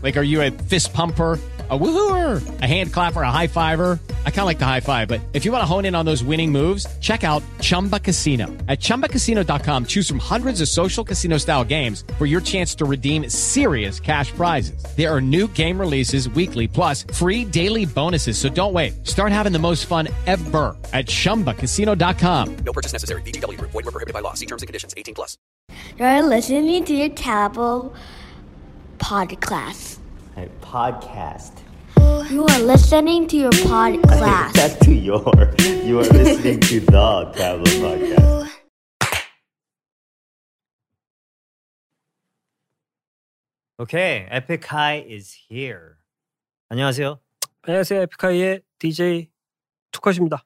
Like, are you a fist pumper? A woohooer, a hand clapper, a high fiver. I kind of like the high five, but if you want to hone in on those winning moves, check out Chumba Casino. At chumbacasino.com, choose from hundreds of social casino style games for your chance to redeem serious cash prizes. There are new game releases weekly, plus free daily bonuses. So don't wait. Start having the most fun ever at chumbacasino.com. No purchase necessary. VGW Group. Void were prohibited by law. See terms and conditions. 18 plus. You're listening to your terrible podcast. A podcast. You are listening to your podcast. Back to your. You are listening to the travel podcast. Okay, Epic High is here. 안녕하세요. 안녕하세요. 에픽하이의 DJ 투컷입니다.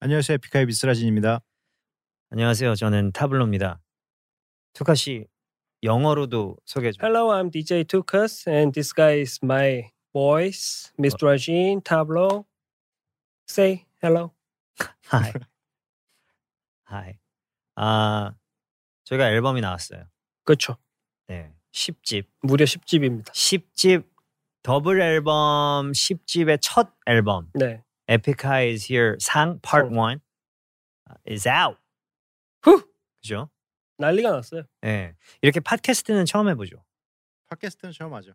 안녕하세요. 에픽하이 미스라진입니다. 안녕하세요. 저는 타블로입니다. 투카 씨 영어로도 소개 좀. Hello, I'm DJ Tukas and this guy is my voice, Mr. Rajin Tableau. Say hello. Hi. Hi. 아 저희가 앨범이 나왔어요. 그렇죠. 네, 10집. 무려 10집입니다. 10집 더블 앨범 10집의 첫 앨범 네. Epic High is here 상 part 상. 1 is out. 후! 그죠? 난리가 났어요. 예. 이렇게 팟캐스트는 처음 해 보죠. 팟캐스트는 처음 하죠.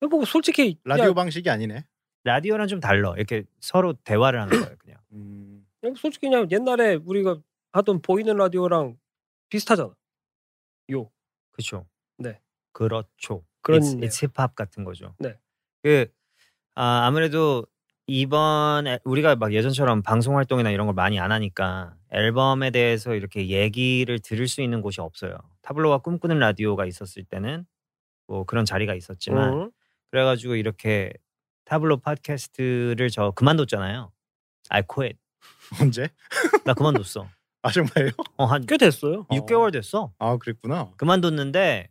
이거 보고 솔직히 라디오 야, 방식이 아니네. 라디오랑 좀 달라. 이렇게 서로 대화를 하는 거예요, 그냥. 음, 이거 솔직히 그냥 옛날에 우리가 하던 보이는 라디오랑 비슷하잖아. 요. 그렇죠. 네. 그렇죠. 그렇네요. it's, it's 힙합 같은 거죠. 네. 그 아, 아무래도 이번 에- 우리가 막 예전처럼 방송 활동이나 이런 걸 많이 안 하니까 앨범에 대해서 이렇게 얘기를 들을 수 있는 곳이 없어요. 타블로와 꿈꾸는 라디오가 있었을 때는 뭐 그런 자리가 있었지만 음. 그래가지고 이렇게 타블로 팟캐스트를 저 그만뒀잖아요. I quit. 언제? 나 그만뒀어. 아 정말요? 어 한 꽤 됐어요. 6개월 됐어. 아 그랬구나. 그만뒀는데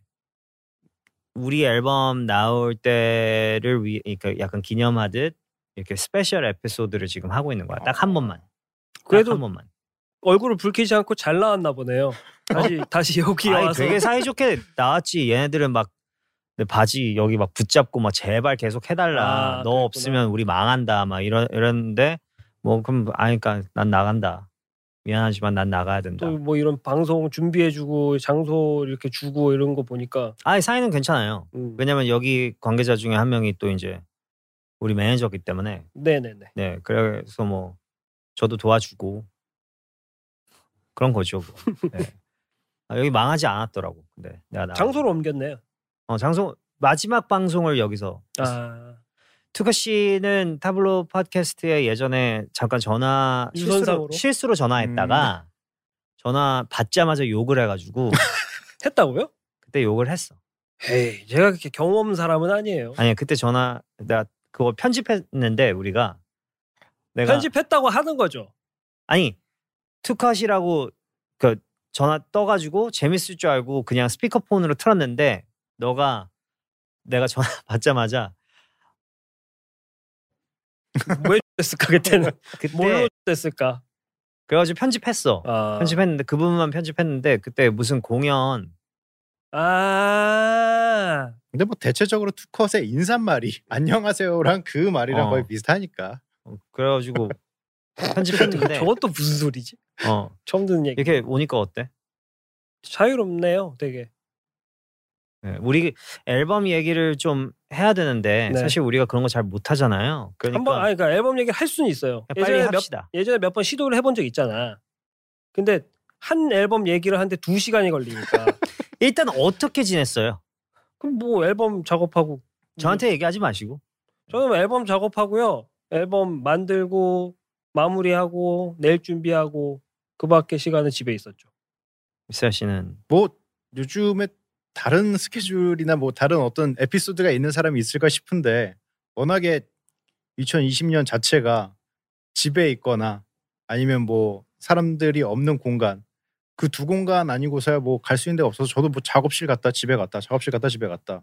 우리 앨범 나올 때를 위해 그러니까 약간 기념하듯 이렇게 스페셜 에피소드를 지금 하고 있는 거야. 딱 한 번만. 아. 그래도- 그래도 한 번만. 얼굴을 붉히지 않고 잘 나왔나 보네요. 다시 다시 여기 아니, 와서 되게 사이좋게 나왔지. 얘네들은 막 내 바지 여기 막 붙잡고 막 제발 계속 해달라. 아, 너 그랬구나. 없으면 우리 망한다. 막 이런 이랬는데 뭐 그럼 아니까 난 나간다. 미안하지만 난 나가야 된다. 또 뭐 이런 방송 준비해주고 장소 이렇게 주고 이런 거 보니까 아니 사이는 괜찮아요. 음. 왜냐면 여기 관계자 중에 한 명이 또 이제 우리 매니저기 때문에 네네네. 네, 그래서 뭐 저도 도와주고 그런 거죠. 뭐. 네. 아, 여기 망하지 않았더라고. 근데 내가 나가고. 장소를 옮겼네요. 어, 장소 마지막 방송을 여기서 했어요. 아 투카 씨는 타블로 팟캐스트에 예전에 잠깐 전화 실수로, 유선상으로? 음. 실수로 전화했다가 전화 받자마자 욕을 해가지고 했다고요? 그때 욕을 했어. 에이 제가 그렇게 경험 없는 사람은 아니에요. 아니 그때 전화 내가 그거 편집했는데 우리가 내가 편집했다고 하는 거죠. 아니 투컷이라고 그 전화 떠가지고 재밌을 줄 알고 그냥 스피커폰으로 틀었는데 너가 내가 전화 받자마자 왜 됐을까 뭐 그때는 네, 그때 뭘로 됐을까? 그래가지고 편집했어 아, 편집했는데 그 부분만 편집했는데 그때 무슨 공연 아 근데 뭐 대체적으로 투컷의 인사말이 안녕하세요랑 그 말이랑 어. 거의 비슷하니까. 어, 그래가지고 저- 편집했는데 저것도 무슨 소리지? 어 처음 듣는 얘기. 이렇게 오니까 어때? 자유롭네요, 되게. 네, 우리 앨범 얘기를 좀 해야 되는데 네. 사실 우리가 그런 거 잘 못하잖아요. 그러니까 한번 아니 그러니까 앨범 얘기 할 수는 있어요. 그냥 빨리 예전에 몇, 합시다. 예전에 몇 번 시도를 해본 적 있잖아. 근데 한 앨범 얘기를 하는데 두 시간이 걸리니까. 일단 어떻게 지냈어요? 그럼 뭐 앨범 작업하고 저한테 얘기하지 마시고 저는 뭐 앨범 작업하고요. 앨범 만들고 마무리하고 낼 준비하고 그밖에 시간은 집에 있었죠. 미스라 씨는 뭐 요즘에 다른 스케줄이나 뭐 다른 어떤 에피소드가 있는 사람이 있을까 싶은데 워낙에 2020년 자체가 집에 있거나 아니면 뭐 사람들이 없는 공간 그 두 공간 아니고서야 뭐 갈 수 있는 데가 없어서 저도 뭐 작업실 갔다 집에 갔다 작업실 갔다 집에 갔다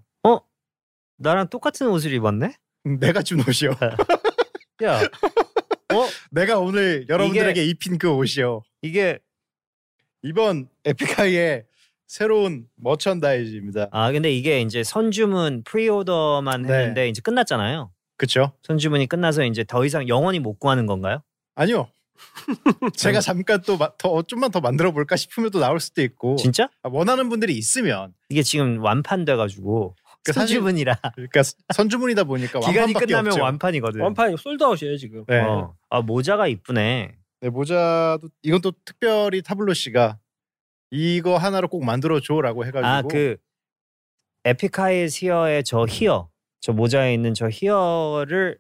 나랑 똑같은 옷을 입었네? 음, 내가 준 옷이요 야, 어? 내가 오늘 여러분들에게 입힌 그 옷이요 이게 이번 에픽하이의 새로운 머천다이즈입니다. 아 근데 이게 이제 선주문 프리오더만 네. 했는데 이제 끝났잖아요. 그쵸? 선주문이 끝나서 이제 더 이상 영원히 못 구하는 건가요? 아니요. 제가 잠깐 또 더 좀만 더 만들어 볼까 싶으면 또 나올 수도 있고 진짜? 아, 원하는 분들이 있으면 이게 지금 완판돼가지고 그 사실- 선주문이라 그러니까 선주문이다 보니까 기간이 완판밖에 끝나면 없죠. 완판이거든. 완판이 솔드아웃이에요 지금. 네. 어. 아 모자가 이쁘네. 네, 모자도 이건 또 특별히 타블로 씨가 이거 하나로 꼭 만들어 줘라고 해가지고 아 그 에픽하이 히어의 저 히어 저 모자에 있는 저 히어를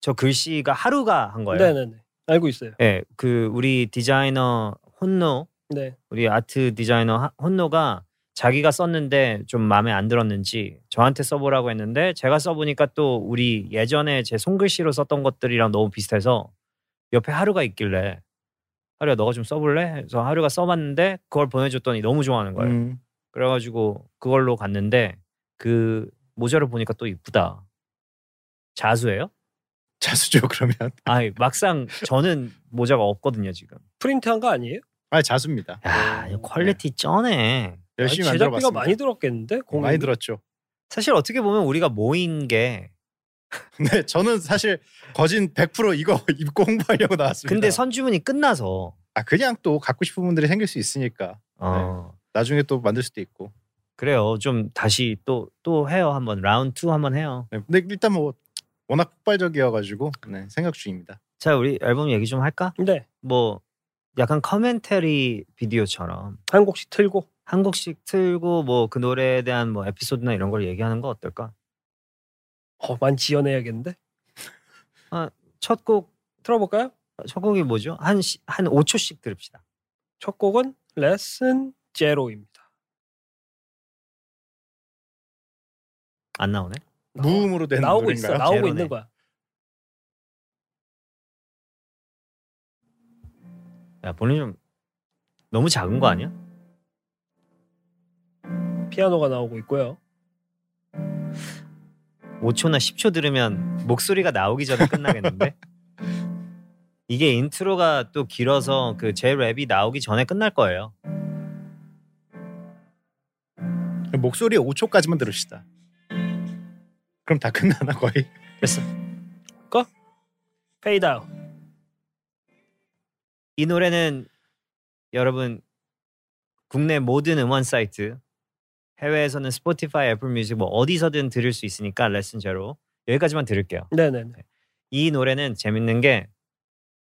저 글씨가 하루가 한 거예요. 네네네. 알고 있어요. 예, 그 우리 디자이너 혼노 네. 우리 아트 디자이너 하- 혼노가 자기가 썼는데 좀 마음에 안 들었는지 저한테 써보라고 했는데 제가 써보니까 또 우리 예전에 제 손글씨로 썼던 것들이랑 너무 비슷해서 옆에 하루가 있길래 하루야 너가 좀 써볼래? 그래서 하루가 써봤는데 그걸 보내줬더니 너무 좋아하는 거예요. 음, 그래가지고 그걸로 갔는데 그 모자를 보니까 또 이쁘다. 자수예요? 자수죠 그러면 아, 막상 저는 모자가 없거든요 지금. 네. 프린트한 거 아니에요? 아 자수입니다. 야, 이거 퀄리티 쩌네. 열심히 아니, 만들어봤습니다. 네, 제작비가 많이 들었겠는데? 공연이? 많이 들었죠. 사실 어떻게 보면 우리가 모인 게 네, 저는 사실 거진 100% 이거 입고 홍보하려고 나왔습니다. 근데 선주문이 끝나서 아 그냥 또 갖고 싶은 분들이 생길 수 있으니까 어, 나중에 또 만들 수도 있고. 그래요. 좀 다시 또 또 해요. 한번 라운드 2 한번 해요. 네, 근데 일단 뭐 워낙 폭발적이어가지고 네, 생각 중입니다. 자, 우리 앨범 얘기 좀 할까? 네. 뭐 약간 커멘터리 비디오처럼 한 곡씩 틀고. 한 곡씩 틀고 뭐 그 노래에 대한 뭐 에피소드나 이런 걸 얘기하는 거 어떨까? 어, 많이 지연해야겠는데? 첫 곡, 틀어볼까요? 첫 곡이 뭐죠? 한, 시- 한 5초씩 들읍시다. 첫 곡은 레슨 제로입니다. 안 나오네? 무음으로 된 아, 나오고 노래인가요? 있어. 나오고 제로네. 있는 거야. 야, 본인 좀 너무 작은 거 아니야? 피아노가 나오고 있고요. 5초나 10초 들으면 목소리가 나오기 전에 끝나겠는데? 이게 인트로가 또 길어서 그 제 랩이 나오기 전에 끝날 거예요. 목소리 5초까지만 들읍시다. 그럼 다 끝나나 거의? 페이드 아웃. 이 노래는 여러분 국내 모든 음원 사이트 해외에서는 스포티파이, 애플 뮤직 뭐 어디서든 들을 수 있으니까 레슨 제로 여기까지만 들을게요. 네네네. 이 노래는 재밌는 게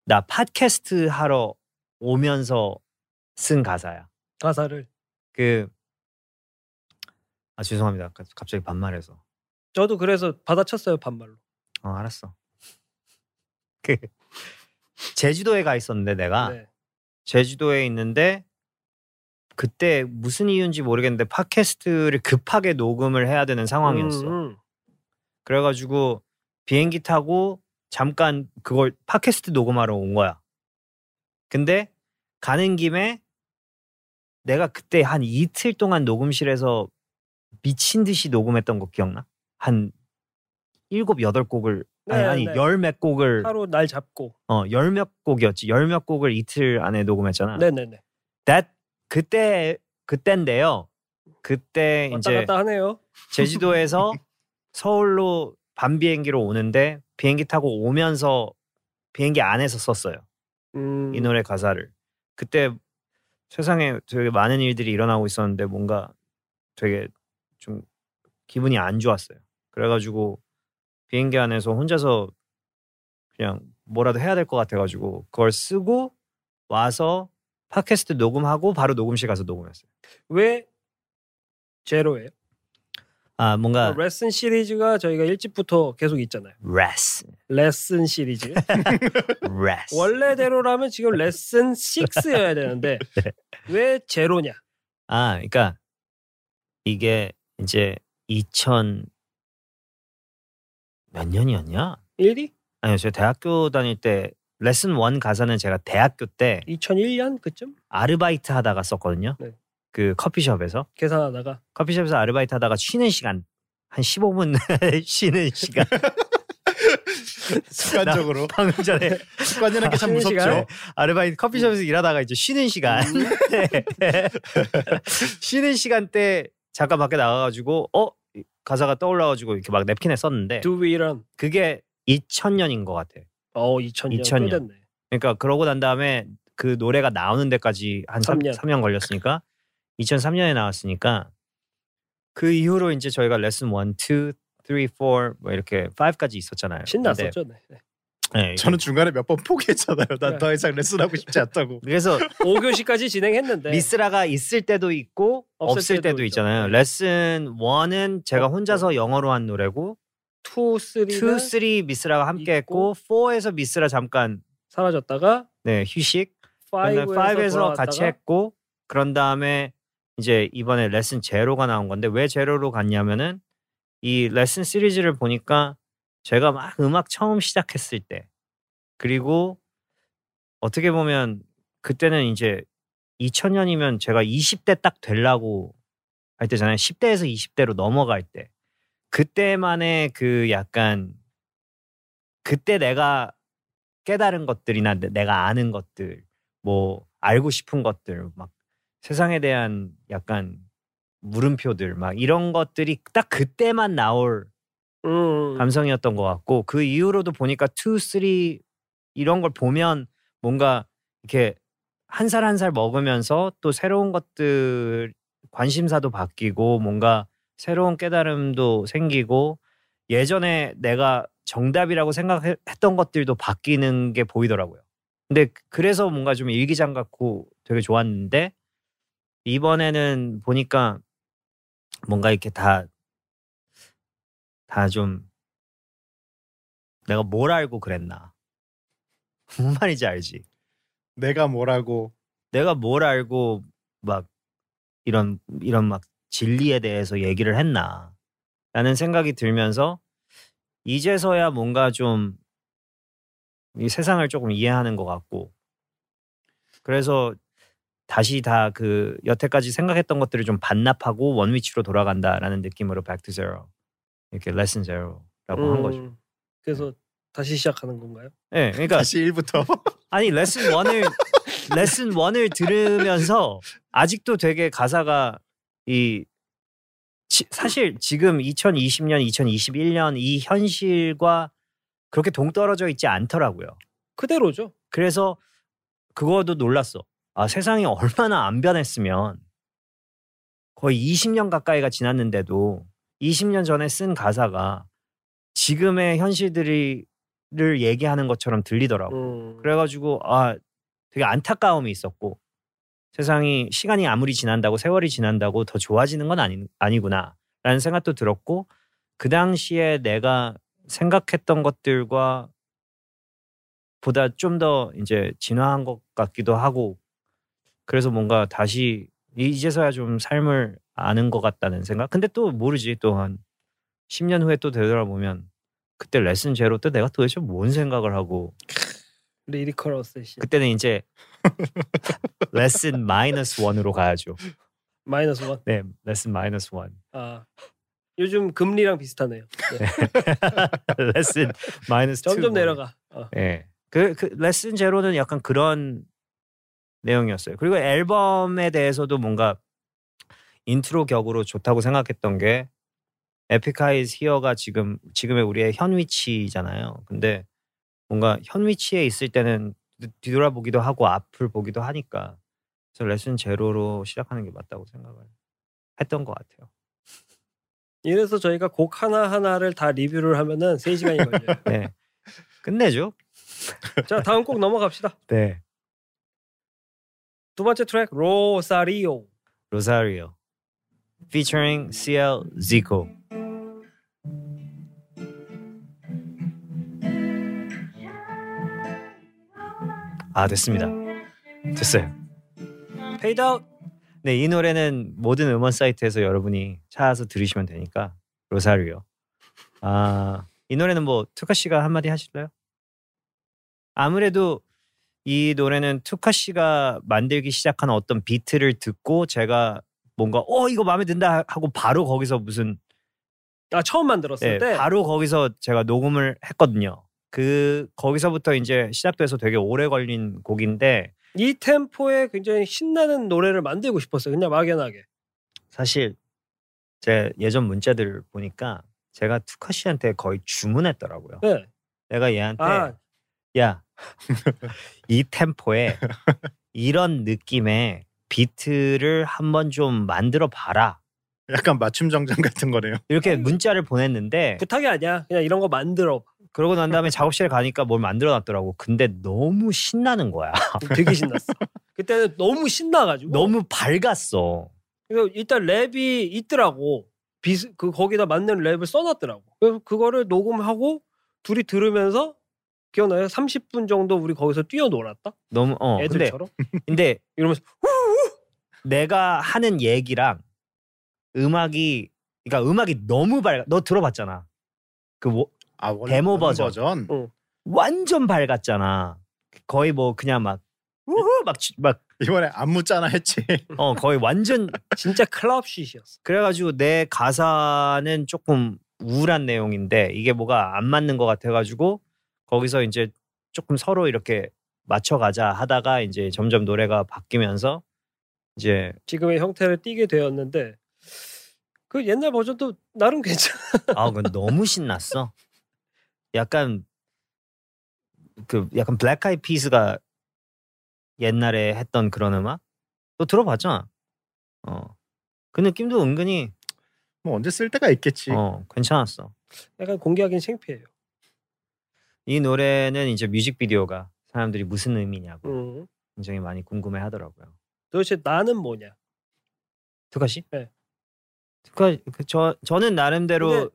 나 팟캐스트 하러 오면서 쓴 가사야. 가사를. 그 아 죄송합니다. 갑- 갑자기 반말해서. 저도 그래서 받아쳤어요 반말로. 어 알았어. 그 제주도에 가 있었는데 아, 내가 네. 제주도에 있는데 그때 무슨 이유인지 모르겠는데 팟캐스트를 급하게 녹음을 해야 되는 상황이었어. 음, 그래가지고 비행기 타고 잠깐 그걸 팟캐스트 녹음하러 온 거야. 근데 가는 김에 내가 그때 한 이틀 동안 녹음실에서 미친 듯이 녹음했던 거 기억나? 한 일곱 여덟 곡을 아니 네, 아니 네. 열 몇 곡을 음. 하루 날 잡고. 어열 몇 곡이었지 열 몇 곡을 이틀 안에 녹음했잖아. 네네네. That- 그때 그때인데요. 그때 왔다 이제 갔다 하네요. 제주도에서 서울로 밤 비행기로 오는데 비행기 타고 오면서 비행기 안에서 썼어요. 음, 이 노래 가사를. 그때 세상에 되게 많은 일들이 일어나고 있었는데 뭔가 되게 좀 기분이 안 좋았어요. 그래가지고 비행기 안에서 혼자서 그냥 뭐라도 해야 될 것 같아가지고 그걸 쓰고 와서 팟캐스트 녹음하고 바로 녹음실 가서 녹음했어요. 왜 제로예요? 어, 아 뭔가 레슨 시리즈가 저희가 일집부터 계속 있잖아요. 레스 레슨 시리즈. 레스 원래대로라면 지금 레슨 6여야 되는데 네. 왜 제로냐? 아, 그러니까 이게 이제 2000 몇 년이었냐? 1위? 아니요, 제가 대학교 다닐 때 레슨 원 가사는 제가 대학교 때 2001년 그쯤 아르바이트 하다가 썼거든요. 네. 그 커피숍에서 계산하다가 커피숍에서 아르바이트 하다가 쉬는 시간 한 15분 쉬는 시간 습관적으로 방금 전에 습관이라는 게 참 아, 쉬는 시간? 무섭죠. 아르바이트 커피숍에서 일하다가 이제 쉬는 시간 네. 쉬는 시간 때 잠깐 밖에 나가가지고 어 가사가 떠올라가지고 이렇게 막 냅킨에 썼는데 Do we run? 그게 2000년인 것 같아. 어 2000년. 2000년. 꽤 됐네. 그러니까 그러고 난 다음에 그 노래가 나오는 데까지 한 3, 삼 년. 3년 걸렸으니까 2003년에 나왔으니까 그 이후로 이제 저희가 레슨 1, 2, 3, 4뭐 이렇게 5까지 있었잖아요. 신났었죠. 네. 네. 근데, 네, 저는 중간에 몇 번 포기했잖아요. 난 더 이상 레슨하고 싶지 않다고. 그래서 5교시까지 진행했는데 리스라가 있을 때도 있고 네. 없을 없을, 때도 때도, 있죠. 네. 있잖아요. 레슨 1은 제가 어, 혼자서 영어로 한 노래고 2, 3는 2, 3 미스라가 함께 있고, 했고 4에서 미스라 잠깐 사라졌다가 네, 휴식 그다음에 5에서 5에서 같이 했고 그런 다음에 이제 이번에 레슨 제로가 나온 건데 왜 제로로 갔냐면은 이 레슨 시리즈를 보니까 제가 막 음악 처음 시작했을 때 그리고 어떻게 보면 그때는 이제 2000년이면 제가 20대 딱 되려고 할 때잖아요. 10대에서 20대로 넘어갈 때 그때만의 그 약간 그때 내가 깨달은 것들이나 내- 내가 아는 것들 뭐 알고 싶은 것들 막 세상에 대한 약간 물음표들 막 이런 것들이 딱 그때만 나올 음, 감성이었던 것 같고 그 이후로도 보니까 2, 3 이런 걸 보면 뭔가 이렇게 한 살 한 살 먹으면서 또 새로운 것들 관심사도 바뀌고 뭔가 새로운 깨달음도 생기고 예전에 내가 정답이라고 생각했던 것들도 바뀌는 게 보이더라고요. 근데 그래서 뭔가 좀 일기장 같고 되게 좋았는데 이번에는 보니까 뭔가 이렇게 다 다 좀 내가 뭘 알고 그랬나 무슨 말인지 알지? 내가 뭐라고 내가 뭘 알고 막 이런 이런 막 진리에 대해서 얘기를 했나 라는 생각이 들면서 이제서야 뭔가 좀 이 세상을 조금 이해하는 것 같고 그래서 다시 다 그 여태까지 생각했던 것들을 좀 반납하고 원위치로 돌아간다라는 느낌으로 back to zero 이렇게 lesson zero라고 한 거죠. 음, 그래서 다시 시작하는 건가요? 예, 그러니까 다시 1부터 아니 레슨 원을 레슨 원을 들으면서 아직도 되게 가사가 이 지- 사실 지금 2020년, 2021년 이 현실과 그렇게 동떨어져 있지 않더라고요. 그대로죠. 그래서 그거도 놀랐어. 아, 세상이 얼마나 안 변했으면 거의 20년 가까이가 지났는데도 20년 전에 쓴 가사가 지금의 현실들을 얘기하는 것처럼 들리더라고. 음, 아, 뭐, 그래가지고 아 되게 안타까움이 있었고 세상이 시간이 아무리 지난다고 세월이 지난다고 더 좋아지는 건 아니, 아니구나라는 생각도 들었고 그 당시에 내가 생각했던 것들과 보다 좀 더 이제 진화한 것 같기도 하고 그래서 뭔가 다시 이제서야 좀 삶을 아는 것 같다는 생각 근데 또 모르지 또한 10년 후에 또 되돌아보면 그때 레슨 제로 때 내가 도대체 뭔 생각을 하고 리리컬 어세시 네. 그때는 이제 레슨 마이너스 원으로 가야죠. 마이너스 원. 네, 레슨 마이너스 원, 아 요즘 금리랑 비슷하네요. 네. 레슨 마이너스 투 점점 원. 내려가. 어. 네, 그, 그 레슨 제로는 약간 그런 내용이었어요. 그리고 앨범에 대해서도 뭔가 인트로 격으로 좋다고 생각했던 게 에픽하이즈 히어가 지금 지금의 우리의 현 위치잖아요. 근데 뭔가 현 위치에 있을 때는 뒤- 뒤돌아보기도 하고 앞을 보기도 하니까 그래서 레슨 제로로 시작하는 게 맞다고 생각을 했던 것 같아요. 이래서 저희가 곡 하나 하나를 다 리뷰를 하면은 3 시간이 걸려요. 네, 끝내죠. 자 다음 곡 넘어갑시다. 네, 두 번째 트랙 로사리오. 로사리오 featuring CL Zico. 아 됐습니다. 됐어요. 페이드 아웃. 네, 이 노래는 모든 음원 사이트에서 여러분이 찾아서 들으시면 되니까 로사리오. 아, 이 노래는 뭐 투카 씨가 한마디 하실래요? 아무래도 이 노래는 투카 씨가 만들기 시작한 어떤 비트를 듣고 제가 뭔가 어 이거 마음에 든다 하고 바로 거기서 무슨 아 처음 만들었을 예, 때 바로 거기서 제가 녹음을 했거든요. 그 거기서부터 이제 시작돼서 되게 오래 걸린 곡인데 이 템포에 굉장히 신나는 노래를 만들고 싶었어요. 그냥 막연하게. 사실 제 예전 문자들 보니까 제가 투카 씨한테 거의 주문했더라고요. 네. 내가 얘한테 아, 야, 이 템포에 이런 느낌의 비트를 한번 좀 만들어 봐라. 약간 맞춤 정장 같은 거네요. 이렇게 문자를 보냈는데 부탁이 아니야. 그냥 이런 거 만들어. 그러고 난 다음에 작업실에 가니까 뭘 만들어 놨더라고. 근데 너무 신나는 거야. 되게 신났어. 그때는 너무 신나가지고. 너무 밝았어. 그래서 일단 랩이 있더라고. 비스 그 거기다 맞는 랩을 써놨더라고. 그래서 그거를 녹음하고 둘이 들으면서 기억나요? 30분 정도 우리 거기서 뛰어놀았다. 너무 어. 근데 애들처럼 근데 이러면서 내가 하는 얘기랑 음악이 그러니까 음악이 너무 밝아. 너 들어봤잖아. 그 뭐, 아 원래 데모 원래 버전. 버전. 완전 밝았잖아. 거의 뭐 그냥 막 우후 막막 이번에 안무 짜나 했지. 어, 거의 완전 진짜 클럽쉿이었어. 그래가지고 내 가사는 조금 우울한 내용인데 이게 뭐가 안 맞는 것 같아가지고 거기서 이제 조금 서로 이렇게 맞춰가자 하다가 이제 점점 노래가 바뀌면서 이제 지금의 형태를 띠게 되었는데 그 옛날 버전도 나름 괜찮아. 아 그건 너무 신났어. 약간 그 약간 블랙 아이 피스가 옛날에 했던 그런 음악 너 들어봤잖아. 어. 그 느낌도 은근히 뭐 언제 쓸 때가 있겠지. 네. 어 괜찮았어. 약간 공개하기는 창피해요. 이 노래는 이제 뮤직비디오가 사람들이 무슨 의미냐고 음. 굉장히 많이 궁금해 하더라고요. 도대체 나는 뭐냐? 두카 씨? 네. 두카 그, 저 저는 나름대로 근데 이-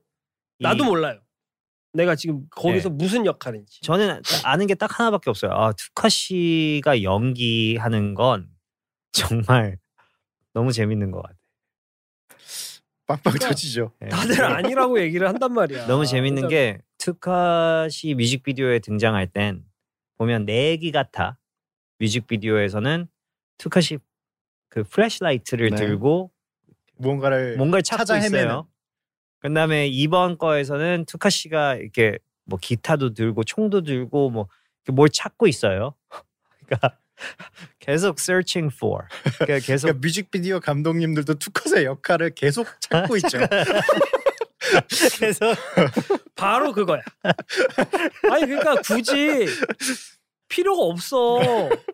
네. 나도 몰라요. 내가 지금 거기서 무슨 역할인지. 저는 아는 게 딱 하나밖에 없어요. 아 두카 씨가 연기하는 건 정말 너무 재밌는 것 같아요. 빵빵 그러니까 터지죠. 네. 다들 아니라고 얘기를 한단 말이야. 너무 재밌는 그러니까 게 투카 씨 뮤직비디오에 등장할 땐 보면 내 얘기 같아 뮤직비디오에서는 투카 씨그 플래시라이트를 네. 들고 그 무언가를 뭔가를 찾고 찾아 헤매는. 있어요. 그다음에 이번 거에서는 투카 씨가 이렇게 뭐 기타도 들고 총도 들고 뭐 뭘 찾고 있어요. 그러니까 계속 searching for. 그러니까 계속 그러니까 뮤직비디오 감독님들도 투컷의 역할을 계속 찾고 있죠. 그러니까. 계속 바로 그거야. 아니 그러니까 굳이 필요가 없어.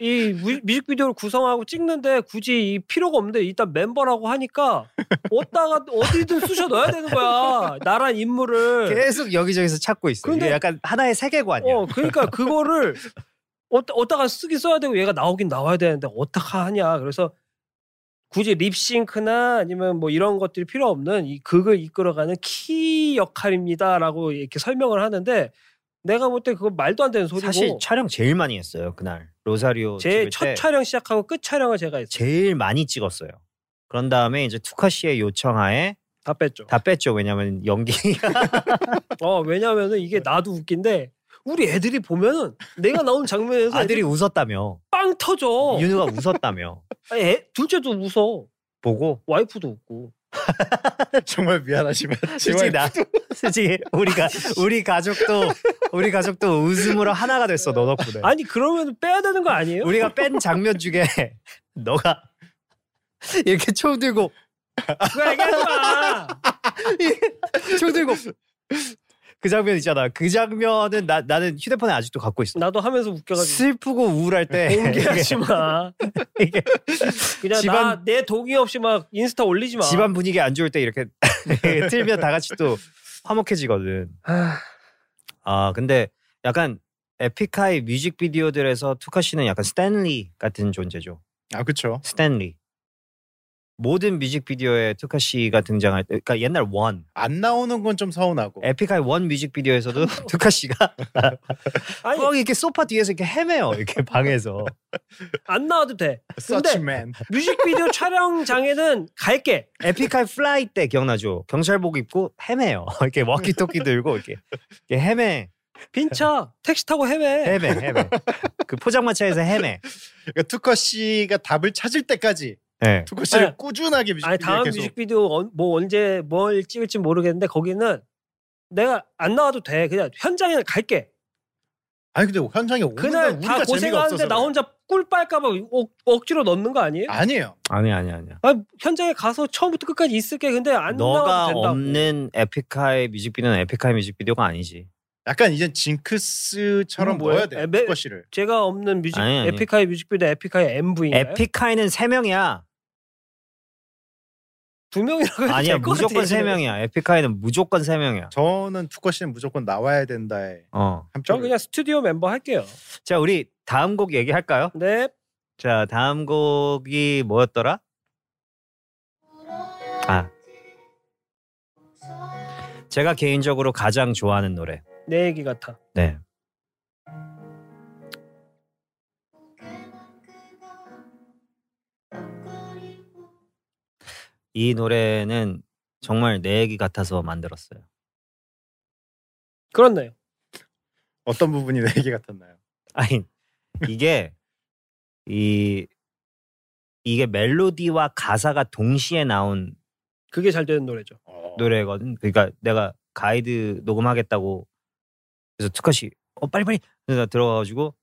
이 뮤- 뮤직비디오를 구성하고 찍는데 굳이 이 필요가 없는데 일단 멤버라고 하니까 어디다가 어디든 쑤셔 넣어야 되는 거야. 나란 인물을. 계속 여기저기서 찾고 있어요. 그 근데- 이게 약간 하나의 세계관이야. 어 그러니까 그거를 어디- 어디다가 쓰긴 써야 되고 얘가 나오긴 나와야 되는데 어떡하 하냐. 그래서 굳이 립싱크나 아니면 뭐 이런 것들이 필요 없는 이 극을 이끌어가는 키 역할입니다라고 이렇게 설명을 하는데 내가 볼 때 그거 말도 안 되는 소리고 사실 촬영 제일 많이 했어요 그날 로사리오 제 찍을 때 첫 촬영 시작하고 끝 촬영을 제가 했어요. 제일 많이 찍었어요. 그런 다음에 이제 투카 씨의 요청하에 다 뺐죠. 다 뺐죠. 왜냐면 연기가 어 네. 왜냐면은 이게 나도 웃긴데 우리 애들이 보면은 내가 나온 장면에서 어. 아들이 애들이 웃었다며 빵 터져. 윤우가 웃었다며 아니, 애, 둘째도 웃어. 보고 와이프도 웃고. 정말 미안하지만 솔직히 지금 나 솔직히 우리가 우리 가족도 우리 가족도 웃음으로 하나가 됐어 너 덕분에 아니 그러면 빼야 되는 거 아니에요? 우리가 뺀 장면 중에 너가 이렇게 총 들고 그거 얘기하지 마. 총 들고 그 장면 있잖아 그 장면은 나 나는 휴대폰에 아직도 갖고 있어 나도 하면서 웃겨가지고. 슬프고 우울할 때 공개하지 마. 이게 그냥 집안- 나 내 동의 없이 막 인스타 올리지 마. 집안 분위기 안 좋을 때 이렇게 틀면 다 같이 또 화목해지거든. 아, 아 근데 약간 에픽하이 뮤직비디오들에서 투카 씨는 약간 스탠리 같은 존재죠. 아 그쵸. 스탠리. 모든 뮤직비디오에 투카 씨가 등장할 때, 그러니까 옛날 원 안 나오는 건 좀 어. 서운하고. 에픽하이 원 뮤직비디오에서도 투카 씨가 아니 어. 거기 이렇게 소파 뒤에서 이렇게 헤매요, 이렇게 방에서. 안 나와도 돼. Such man. 뮤직비디오 촬영장에는 갈게. 에픽하이 플라이 때 기억나죠? 경찰복 입고 헤매요, 이렇게 워키토키 들고 이렇게, 이렇게 헤매, 빈차 택시 타고 헤매. 헤매, 헤매. 그 포장마차에서 헤매. 그러니까 투컷 씨가 답을 찾을 때까지 네. 투컷 씨를 아니, 꾸준하게 뮤직비디오 아니 다음 계속. 뮤직비디오 언- 뭐 언제 뭘 찍을지 모르겠는데 거기는 내가 안 나와도 돼 그냥 현장에 갈게 아니 근데 현장에 오는 날 그날 다 우리가 재미가 고생하는데 없어서 나 혼자 꿀 빨까봐 억, 억지로 넣는 거 아니에요? 아니에요. 아니 아니 아니야. 아, 현장에 가서 처음부터 끝까지 있을게. 근데 안 너가 나와도 된다고. 없는 에픽하이 뮤직비디오는 에픽하이 뮤직비디오가 아니지. 약간 이젠 징크스처럼 음, 뭐예요? 넣어야 돼. 에베- 에베... 씨를 제가 없는 뮤직 아니, 아니. 에픽하이 뮤직비디오 에픽하이 MV인가요? 에픽하이는 세 명이야. 두 명이라고 해도 아니야 될것 무조건 같아요, 세 명이야. 에픽하이는 무조건 세 명이야. 저는 투커 씨는 무조건 나와야 된다에 어. 한 표. 저는 그냥 스튜디오 멤버 할게요. 자 우리 다음 곡 얘기할까요? 네. 자 다음 곡이 뭐였더라? 아 제가 개인적으로 가장 좋아하는 노래. 내 얘기 같아. 네. 이 노래는 정말 내 얘기 같아서 만들었어요. 그렇네요. 어떤 부분이 내 얘기 같았나요? 아니 이게 이 이게 멜로디와 가사가 동시에 나온 그게 잘 되는 노래죠. 어, 노래거든. 그러니까 내가 가이드 녹음하겠다고 그래서 투컷이 어 빨리 빨리 그래서 나 들어가가지고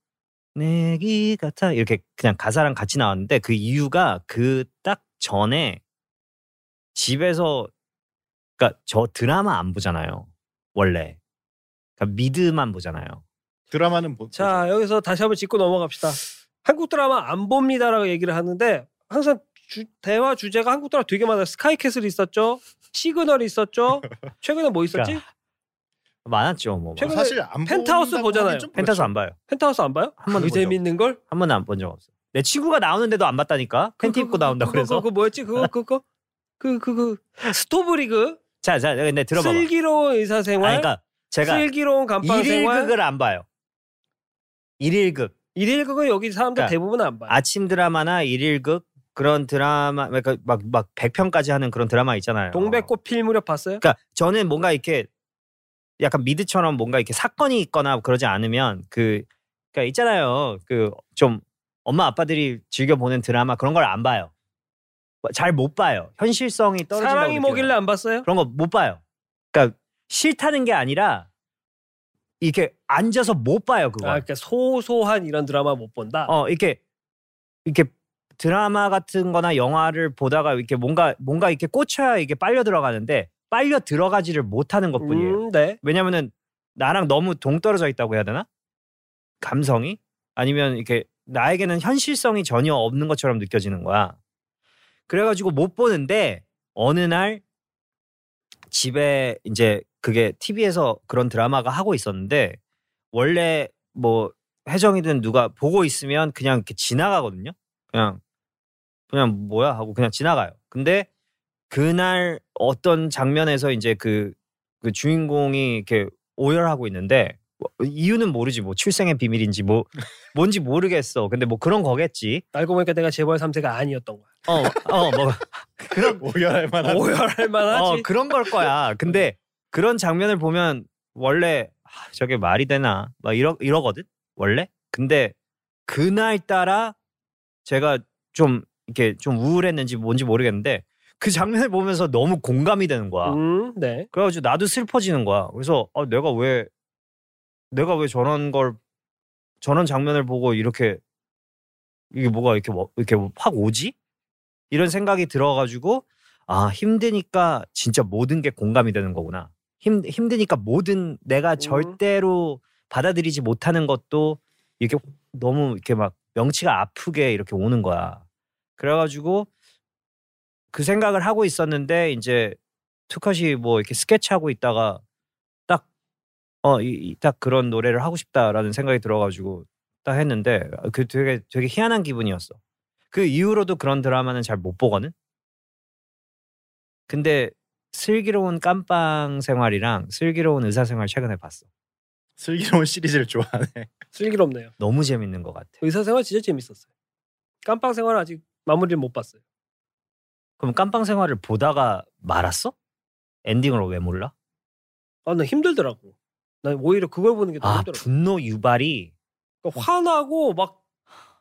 내기 같아 이렇게 그냥 가사랑 같이 나왔는데 그 이유가 그 딱 전에 집에서 그러니까 저 드라마 안 보잖아요 원래 그러니까 미드만 보잖아요. 드라마는 뭐? 자 그렇죠. 여기서 다시 한번 짚고 넘어갑시다. 한국 드라마 안 봅니다라고 얘기를 하는데 항상 주- 대화 주제가 한국 드라마 되게 많아요. 스카이캐슬 있었죠. 시그널 있었죠. 최근에 뭐 있었지? 그러니까 많았죠 뭐 뭐 최근에 그렇죠. 사실 안 펜트하우스 본다고 하긴 보잖아요. 좀 펜타스 안 봐요 펜트하우스 안 봐요? 한번 그 보죠. 재밌는 걸? 한 번도 안 본 적 없어. 내 친구가 나오는데도 안 봤다니까 팬티 입고 나온다 그래서 그거 뭐였지? 그거 그거 그그그 스토브리그 자자 근데 들어봐. 봐 슬기로운 의사생활 아니, 그러니까 제가 슬기로운 감방생활 일일극을 안 봐요. 일일극 일일극은 여기 사람들 그러니까 대부분 안 봐요. 아침 드라마나 일일극 그런 드라마 그러니까 막막 100편까지 하는 그런 드라마 있잖아요. 동백꽃 필 무렵 봤어요? 그러니까 저는 뭔가 이렇게 약간 미드처럼 뭔가 이렇게 사건이 있거나 그러지 않으면 그 그러니까 있잖아요. 그 좀 엄마 아빠들이 즐겨 보는 드라마 그런 걸 안 봐요. 뭐 잘 못 봐요. 현실성이 떨어진다고 사랑이 느껴요. 뭐길래 안 봤어요? 아, 그런 거 못 봐요. 그러니까 싫다는 게 아니라 이렇게 앉아서 못 봐요 그거. 아, 그러니까 소소한 이런 드라마 못 본다. 어 이렇게 이렇게 드라마 같은거나 영화를 보다가 이렇게 뭔가 뭔가 이렇게 꽂혀야 이게 빨려 들어가는데 빨려 들어가지를 못하는 것뿐이에요. 음, 네. 왜냐면은 나랑 너무 동떨어져 있다고 해야 되나? 감성이 아니면 이렇게 나에게는 현실성이 전혀 없는 것처럼 느껴지는 거야. 그래가지고 못 보는데 어느 날 집에 이제 그게 TV에서 그런 드라마가 하고 있었는데 원래 뭐 혜정이든 누가 보고 있으면 그냥 이렇게 지나가거든요. 그냥 그냥 뭐야 하고 그냥 지나가요. 근데 그날 어떤 장면에서 이제 그 그 주인공이 이렇게 오열하고 있는데 뭐, 이유는 모르지 뭐 출생의 비밀인지 뭐 뭔지 모르겠어. 근데 뭐 그런 거겠지. 알고 보니까 내가 재벌 3세가 아니었던 거야. 어어뭐 그런 오열할 만한 오열할 어 만하지. 음. 그런 걸 거야. 근데 그런 장면을 보면 원래 아, 저게 말이 되나 막 이러 이러거든 원래. 근데 그날 따라 제가 좀 이렇게 좀 우울했는지 뭔지 모르겠는데 그 장면을 보면서 너무 공감이 되는 거야. 음, 네. 그래가지고 나도 슬퍼지는 거야. 그래서 아, 내가 왜 내가 왜 저런 걸 저런 장면을 보고 이렇게 이게 뭐가 이렇게 뭐- 이렇게 확 오지? 이런 생각이 들어가지고 아 힘드니까 진짜 모든 게 공감이 되는 거구나. 힘 힘드니까 모든 내가 절대로 받아들이지 못하는 것도 이렇게 너무 이렇게 막 명치가 아프게 이렇게 오는 거야. 그래가지고 그 생각을 하고 있었는데 이제 투컷이 뭐 이렇게 스케치하고 있다가 딱어이딱 그런 노래를 하고 싶다라는 생각이 들어가지고 딱 했는데 그 되게 되게 희한한 기분이었어. 그 이후로도 그런 드라마는 잘 못 보거든. 근데 슬기로운 깜빵 생활이랑 슬기로운 의사 생활 최근에 봤어. 슬기로운 시리즈를 좋아하네. 슬기롭네요. 너무 재밌는 것 같아. 의사생활 진짜 재밌었어요. 깜빵 생활은 아직 마무리를 못 봤어요. 그럼 깜빵 생활을 보다가 말았어? 엔딩을 왜 몰라? 아, 나 힘들더라고. 난 오히려 그걸 보는 게 더 아 힘들어. 분노 유발이 그러니까 화나고 막 아.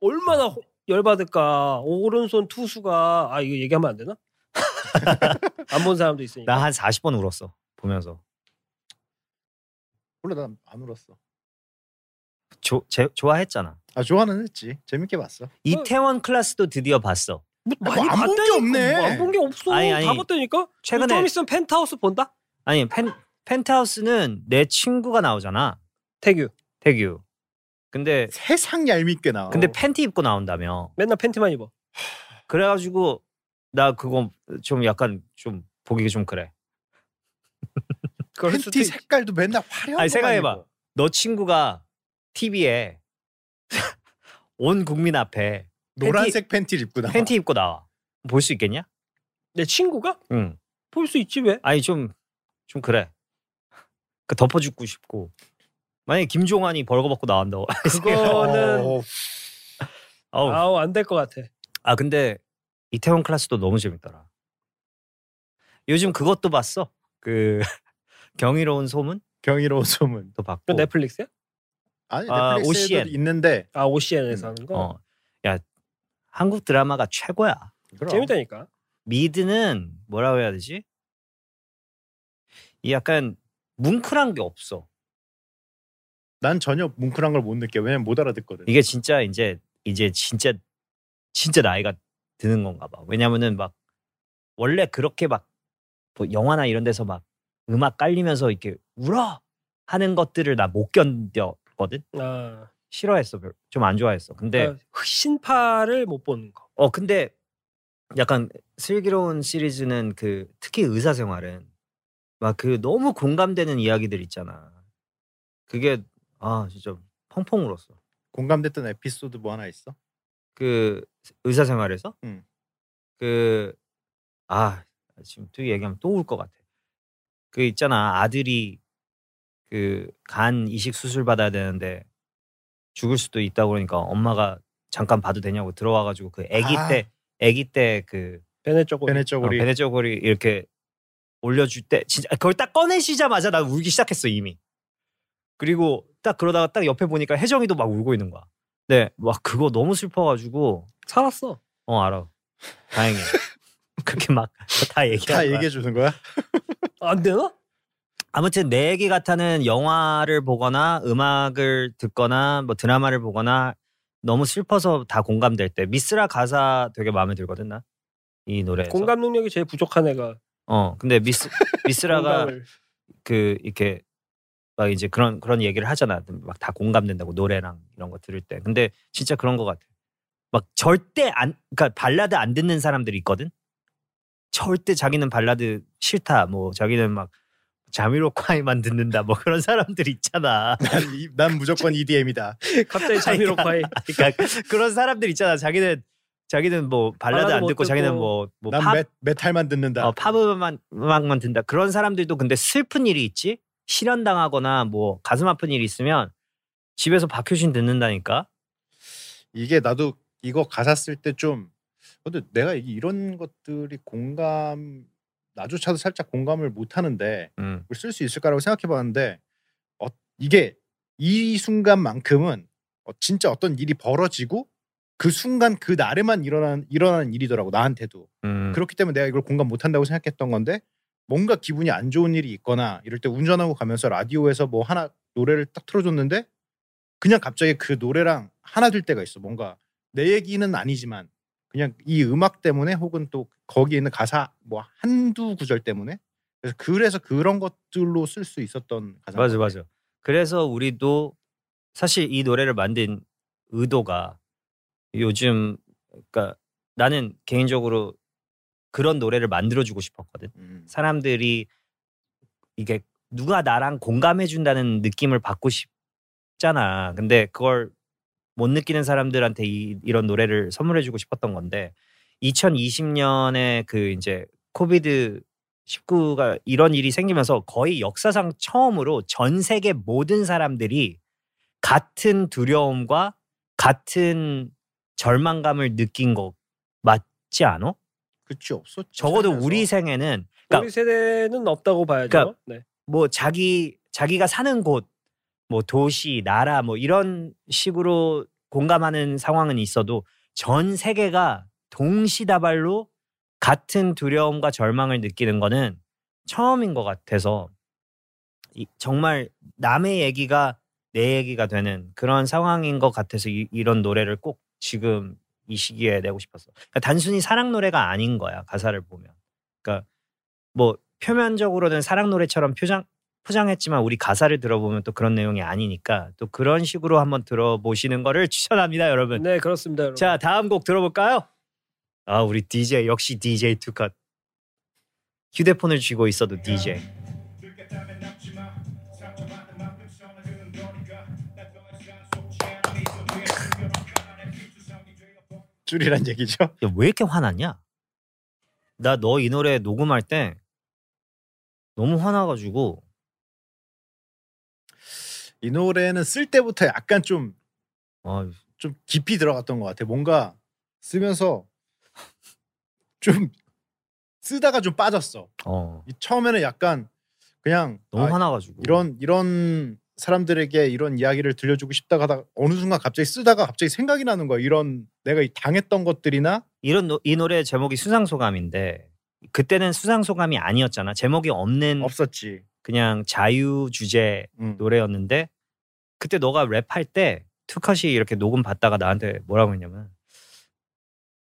얼마나 호- 열받을까. 오른손 투수가 아 이거 얘기하면 안 되나? 안 본 사람도 있으니까. 아, 나 한 40번 울었어 보면서. 몰라 난안 울었어. 조, 제, 좋아했잖아. 아 좋아는 했지. 재밌게 봤어. 이태원 클라스도 드디어 봤어. 뭐 뭐 많이 안본게 봤다니까. 없네. 뭐 안본 게 없어. 아니, 아니. 다 봤다니까. 최근에- 좀 있으면 펜트하우스 본다. 아니 펜 펜트하우스는 내 친구가 나오잖아. 태규. 태규. 근데 세상 얄밉게 나와. 근데 팬티 입고 나온다며. 맨날 팬티만 입어. 그래가지고 나 그거 좀 약간 좀 보기 좀 그래. 그럴 수도 팬티 있- 색깔도 맨날 화려한. 것만 아니 생각해봐. 입어. 너 친구가 TV에 온 국민 앞에 노란색 팬티를 입고 나와. 팬티 입고 나와. 볼 수 있겠냐? 내 친구가 응. 볼 수 있지 왜? 아니 좀 좀 그래. 그 덮어주고 싶고. 만약에 김종환이 벌거벗고 나온다고. 그거는 어, 아우. 아우 안 될 것 같아. 아 근데 이태원 클라스도 너무 재밌더라. 요즘 그것도 봤어. 그 경이로운 소문도 경이로운 소문. 봤고. 그 넷플릭스야? 아니 아, 넷플릭스에도 OCN. 있는데 아 OCN에서 하는 거. 어. 야 한국 드라마가 최고야. 그럼. 재밌다니까. 미드는 뭐라고 해야 되지? 이 약간 뭉클한 게 없어. 난 전혀 뭉클한 걸 못 느껴. 왜냐면 못 알아듣거든. 이게 진짜 이제 이제 진짜 진짜 나이가 드는 건가 봐. 왜냐면은 막 원래 그렇게 막 뭐 영화나 이런 데서 막 음악 깔리면서 이렇게 울어 하는 것들을 나 못 견뎌거든. 아, 싫어했어. 좀 안 좋아했어. 근데 그러니까 신파를 못 보는 거. 어 근데 약간 슬기로운 시리즈는 그 특히 의사 생활은 막 그 너무 공감되는 이야기들 있잖아. 그게 아 진짜 펑펑 울었어. 공감됐던 에피소드 뭐 하나 있어? 그 의사 생활에서 음. 그아 지금 또 얘기하면 또 울 것 같아. 그 있잖아 아들이 그 간 이식 수술 받아야 되는데 죽을 수도 있다고 그러니까 엄마가 잠깐 봐도 되냐고 들어와가지고 그 아기 아. 때 아기 때그 어, 베네 뭐, 쪽으로. 베네 쪼그리. 베네 쪼그리 이렇게 올려줄 때 진짜 아, 그걸 딱 꺼내시자마자 나 울기 시작했어 이미. 그리고 딱 그러다가 딱 옆에 보니까 혜정이도 막 울고 있는 거야. 네, 막 그거 너무 슬퍼가지고 살았어. 어 알아. 다행이야. 그렇게 막 다 다 얘기하고. 얘기해 주는 거야? 안 되나? 아무튼 내 얘기 같아는 영화를 보거나 음악을 듣거나 뭐 드라마를 보거나 너무 슬퍼서 다 공감될 때 미스라 가사 되게 마음에 들거든 나. 이 노래에서. 공감 능력이 제일 부족한 애가 어 근데 미스 미스라가 공감을 그 이렇게 막 이제 그런 그런 얘기를 하잖아. 막 다 공감된다고 노래랑 이런 거 들을 때. 근데 진짜 그런 거 같아. 막 절대 안 그러니까 발라드 안 듣는 사람들이 있거든. 절대 자기는 발라드 싫다. 뭐 자기는 막 자미로콰이만 듣는다. 뭐 그런 사람들 있잖아. 난, 이- 난 무조건 E EDM이다. 갑자기 자미로콰이 그러니까 그런 사람들 있잖아. 자기는 자기는 뭐 발라드 발라드 안 못 듣고 자기는 듣고. 뭐뭐 난 메, 메탈만 듣는다. 어, 팝 음악만, 음악만 든다. 그런 사람들도 근데 슬픈 일이 있지? 실현당하거나 뭐 가슴 아픈 일이 있으면 집에서 박효신 듣는다니까? 이게 나도 이거 가사 쓸 때 좀 근데 내가 이- 이런 것들이 공감 나조차도 살짝 공감을 못 하는데 음. 이걸 쓸 수 있을까라고 생각해 봤는데 어, 이게 이 순간만큼은 어, 진짜 어떤 일이 벌어지고 그 순간 그 날에만 일어난 일어난 일이더라고 나한테도 음. 그렇기 때문에 내가 이걸 공감 못 한다고 생각했던 건데 뭔가 기분이 안 좋은 일이 있거나 이럴 때 운전하고 가면서 라디오에서 뭐 하나 노래를 딱 틀어줬는데 그냥 갑자기 그 노래랑 하나 될 때가 있어 뭔가 내 얘기는 아니지만 그냥 이 음악 때문에 혹은 또 거기에 있는 가사 뭐 한두 구절 때문에 그래서 그래서 그런 것들로 쓸 수 있었던 가사 맞아, 맞아. 그래서 우리도 사실 이 노래를 만든 의도가 요즘, 그러니까 나는 개인적으로 그런 노래를 만들어주고 싶었거든. 음. 사람들이 이게 누가 나랑 공감해 준다는 느낌을 받고 싶잖아. 근데 그걸 못 느끼는 사람들한테 이, 이런 노래를 선물해 주고 싶었던 건데 2020년에 그 이제 코비드 19가 이런 일이 생기면서 거의 역사상 처음으로 전 세계 모든 사람들이 같은 두려움과 같은 절망감을 느낀 거 맞지 않아? 그치 없었지 적어도 살면서. 우리 생에는 우리 세대는 없다고 봐야죠. 그러니까 네. 뭐 자기 자기가 사는 곳, 뭐 도시, 나라 뭐 이런 식으로 공감하는 상황은 있어도 전 세계가 동시다발로 같은 두려움과 절망을 느끼는 거는 처음인 것 같아서 이- 정말 남의 얘기가 내 얘기가 되는 그런 상황인 것 같아서 이, 런 노래를 꼭 지금 이 시기에 내고 싶었어. 그러니까 단순히 사랑 노래가 아닌 거야 가사를 보면. 그러니까 뭐 표면적으로는 사랑 노래처럼 표장 포장했지만 우리 가사를 들어보면 또 그런 내용이 아니니까 또 그런 식으로 한번 들어보시는 거를 추천합니다, 여러분. 네 그렇습니다 여러분. 자, 다음 곡 들어볼까요? 아, 우리 DJ 역시 DJ 투컷. 휴대폰을 쥐고 있어도 DJ. 줄이란 얘기죠. 야, 왜 이렇게 화났냐? 나 너 이 노래 녹음할 때 너무 화나가지고 이 노래는 쓸 때부터 약간 좀 좀 아, 깊이 들어갔던 것 같아. 뭔가 쓰면서 좀 쓰다가 좀 빠졌어. 어, 이 처음에는 약간 그냥 너무 아, 화나가지고 이런 이런 사람들에게 이런 이야기를 들려주고 싶다가 하다가 어느 순간 갑자기 쓰다가 갑자기 생각이 나는 거야. 이런 내가 이 당했던 것들이나 이런 노, 이 노래 제목이 수상 소감인데 그때는 수상 소감이 아니었잖아. 제목이 없는 없었지. 그냥 자유 주제 음. 노래였는데 그때 너가 랩할 때 투컷이 이렇게 녹음 받다가 나한테 뭐라고 했냐면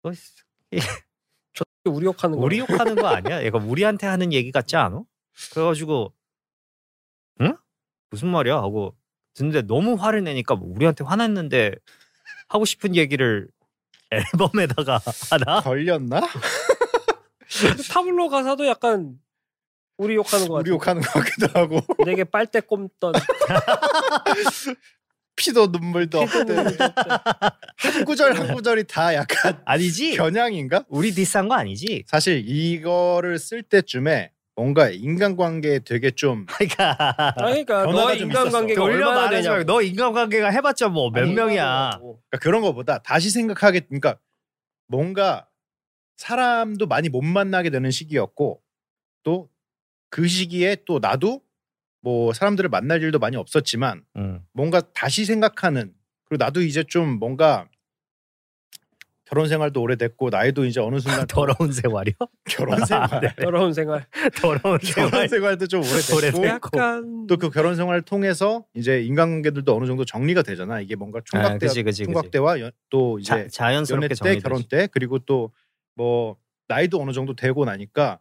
너 우리 욕하는 거. 우리 욕하는 거 아니야? 얘가 우리한테 하는 얘기 같지 않아? 그래가지고 응? 무슨 말이야? 하고 듣는데 너무 화를 내니까 뭐 우리한테 화났는데 하고 싶은 얘기를 앨범에다가 하나? 걸렸나? 근데 타블로 가사도 약간 우리 욕하는 거 우리 같아. 욕하는 것 같기도 하고 내게 빨대 꼽던 피도 눈물도 없대. 아, 한 구절 한 구절이 다 약간 아니지? 겨냥인가? 우리 디스한 거 아니지? 사실 이거를 쓸 때쯤에 뭔가 인간관계에 되게 좀 그러니까 아, 그러니까 변화가 너의 좀 인간관계가 돌려 얼마나 어, 말하지 되냐. 말고 너 인간관계가 해봤자 뭐 몇 명이야 그러니까 그런 거보다 다시 생각하게 그러니까 뭔가 사람도 많이 못 만나게 되는 시기였고 또 그 시기에 또 나도 뭐 사람들을 만날 일도 많이 없었지만 응. 뭔가 다시 생각하는 그리고 나도 이제 좀 뭔가 결혼 생활도 오래됐고 나이도 이제 어느 순간 더러운 생활이요? 결혼 생활 더러운 생활. 더러운 결혼 생활 생활도 좀 오래됐고 오래됐고. 약간 또 그 결혼 생활을 통해서 이제 인간관계들도 어느 정도 정리가 되잖아 이게 뭔가 총각 때 그치, 그치, 총각 때와 연- 또 이제 자, 연애 자연스럽게 때 정리되지 결혼 때 그리고 또 뭐 나이도 어느 정도 되고 나니까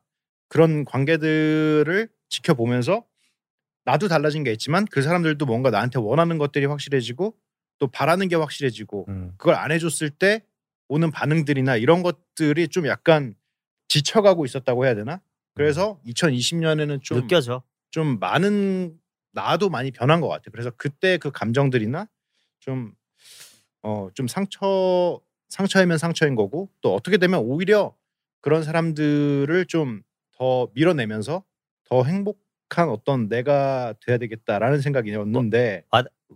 그런 관계들을 지켜보면서 나도 달라진 게 있지만 그 사람들도 뭔가 나한테 원하는 것들이 확실해지고 또 바라는 게 확실해지고 음. 그걸 안 해줬을 때 오는 반응들이나 이런 것들이 좀 약간 지쳐가고 있었다고 해야 되나? 그래서 2020년에는 좀 음. 느껴져 좀 많은 나도 많이 변한 것 같아. 그래서 그때 그 감정들이나 좀 어, 좀 상처 상처이면 상처인 거고 또 어떻게 되면 오히려 그런 사람들을 좀 더 밀어내면서 더 행복한 어떤 내가 돼야 되겠다라는 생각이었는데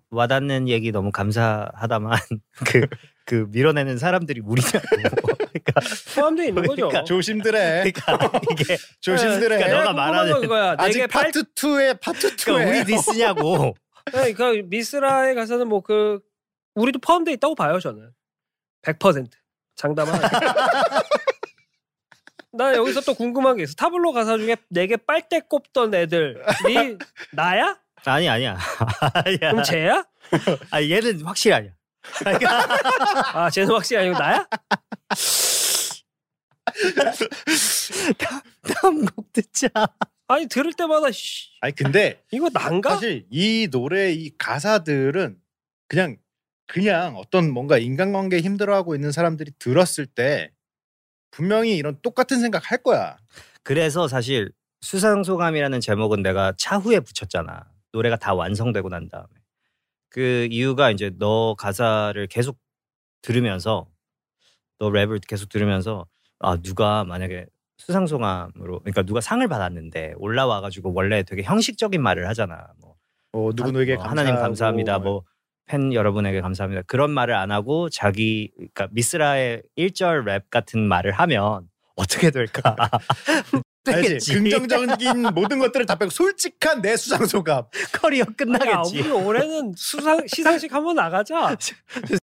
와닿는 얘기 너무 감사하다만 그, 그 밀어내는 사람들이 우리냐고 그러니까, 포함되어 있는 거죠. 그러니까 조심들해, 그러니까 이게 조심들해. 그러니까 너가 내가 말하는- 궁금한 건 그거야. 내게 아직 빨 파트 2에 파트 2에 그러니까 우리 디스냐고 네, 그러니까 미스라의 가사는 뭐 그 우리도 포함되어 있다고 봐요 저는 100% 장담하. 나 여기서 또 궁금한 게 있어. 타블로 가사 중에 내게 빨대 꼽던 애들이 나야? 아니 아니야 아니야 그럼 쟤야? 아 얘는 확실히 아니야 아 쟤는 확실히 아니고 나야? 다음 곡 듣자 아니 들을 때마다 씨, 아니 근데 이거 난가? 사실 이 노래 이 가사들은 그냥 그냥 어떤 뭔가 인간관계 에 힘들어하고 있는 사람들이 들었을 때 분명히 이런 똑같은 생각 할 거야. 그래서 사실 수상소감이라는 제목은 내가 차후에 붙였잖아. 노래가 다 완성되고 난 다음에. 그 이유가 이제 너 가사를 계속 들으면서 너 랩을 계속 들으면서 아 누가 만약에 수상소감으로 그러니까 누가 상을 받았는데 올라와 가지고 원래 되게 형식적인 말을 하잖아. 뭐 어, 누구누구에게 뭐 하나님 감사합니다. 뭐 팬 여러분에게 감사합니다. 그런 말을 안 하고 자기 그러니까 미스라의 1절 랩 같은 말을 하면 어떻게 될까? 알지? 되겠지. 긍정적인 모든 것들을 다 빼고 솔직한 내 수상 소감. 커리어 야, 끝나겠지. 아, 우리 올해는 수상 시상식 한번 나가자. 아.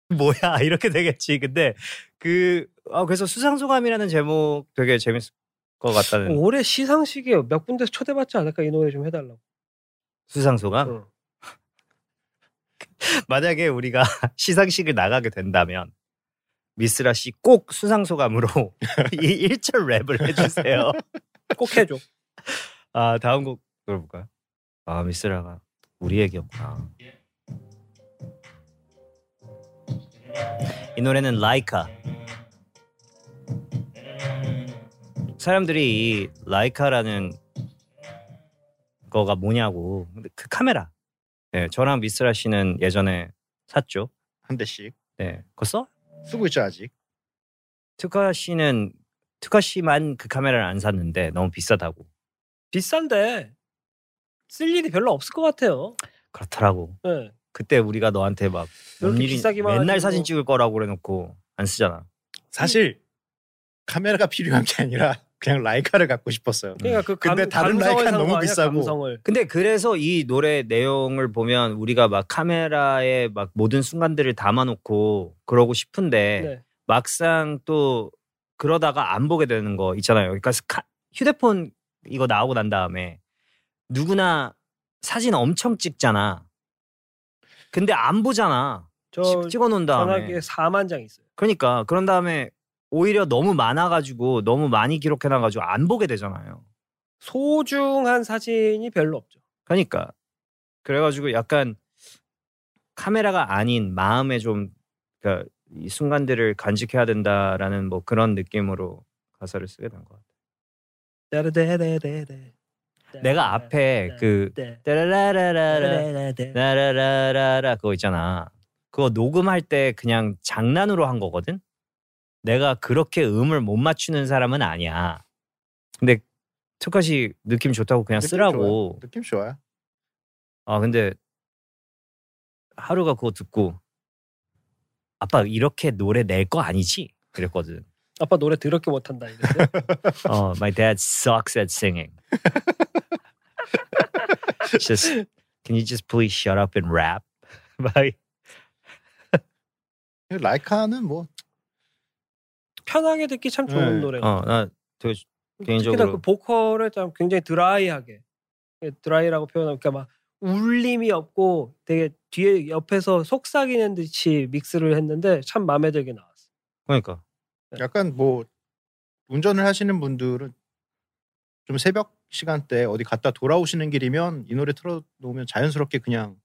뭐야 이렇게 되겠지. 근데 그 아, 그래서 수상 소감이라는 제목 되게 재밌을 것 같다는 올해 시상식에 아. 어. 몇 군데서 초대받지 않을까 이 노래 좀 해달라고. 수상 소감. 응. 만약에 우리가 시상식을 나가게 된다면 미스라 씨 꼭 수상 소감으로 이 일절 랩을 해주세요. 꼭 해줘. 아 다음 곡 들어볼까요? 아 미스라가 우리 얘기였구나. 이 노래는 라이카. 사람들이 이 라이카라는 거가 뭐냐고. 근데 그 카메라. 네, 저랑 미스라 씨는 예전에 샀죠. 한 대씩 네, 그거 써? 쓰고 있죠 아직. 특화 씨는 특화 씨만 그 카메라를 안 샀는데 너무 비싸다고. 비싼데 쓸 일이 별로 없을 것 같아요. 그렇더라고. 네. 그때 우리가 너한테 막 이렇게 일이 비싸기만 맨날 해도- 사진 찍을 거라고 그래놓고 안 쓰잖아. 사실 음. 카메라가 필요한 게 아니라 그냥 라이카를 갖고 싶었어요. 그러니까 그 감, 근데 다른 감성을 라이카는 산거 너무 아니야? 비싸고. 감성을. 근데 그래서 이 노래 내용을 보면 우리가 막 카메라에 막 모든 순간들을 담아놓고 그러고 싶은데 네. 막상 또 그러다가 안 보게 되는 거 있잖아요. 그러니까 스카- 휴대폰 이거 나오고 난 다음에 누구나 사진 엄청 찍잖아. 근데 안 보잖아. 저 찍어 놓은 다음에. 전화기에 4만 장 있어요. 그러니까 그런 다음에 오히려 너무 많아가지고 너무 많이 기록해놔가지고 안 보게 되잖아요. 소중한 사진이 별로 없죠. 그러니까 그래가지고 약간 카메라가 아닌 마음에 좀 그러니까 이 순간들을 간직해야 된다라는 뭐 그런 느낌으로 가사를 쓰게 된 것 같아요. 따르데레레레. 네, 내가 앞에 그 네. 따라라라라라 네. 따르데레레. 나라라라라 그거 있잖아. 그거 녹음할 때 그냥 장난으로 한 거거든. 내가 그렇게 음을 못 맞추는 사람은 아니야. 근데 투카시 느낌 좋다고 그냥 느낌 쓰라고. 좋아요. 느낌 좋아요. 아 근데 하루가 그거 듣고 아빠 이렇게 노래 낼 거 아니지? 그랬거든. 아빠 노래 더럽게 못한다 이랬는데 어, my dad sucks at singing. just can you just please shut up and rap? 막 라이카는 뭐 편하게 듣기 참 좋은 네. 노래. 어, 나 되게 특히나 개인적으로- 그 보컬을 좀 굉장히 드라이하게 드라이라고 표현하면 그러니까 막 울림이 없고 되게 뒤에 옆에서 속삭이는 듯이 믹스를 했는데 참 마음에 들게 나왔어. 그러니까 약간 뭐 운전을 하시는 분들은 좀 새벽 시간대 어디 갔다 돌아오시는 길이면 이 노래 틀어놓으면 자연스럽게 그냥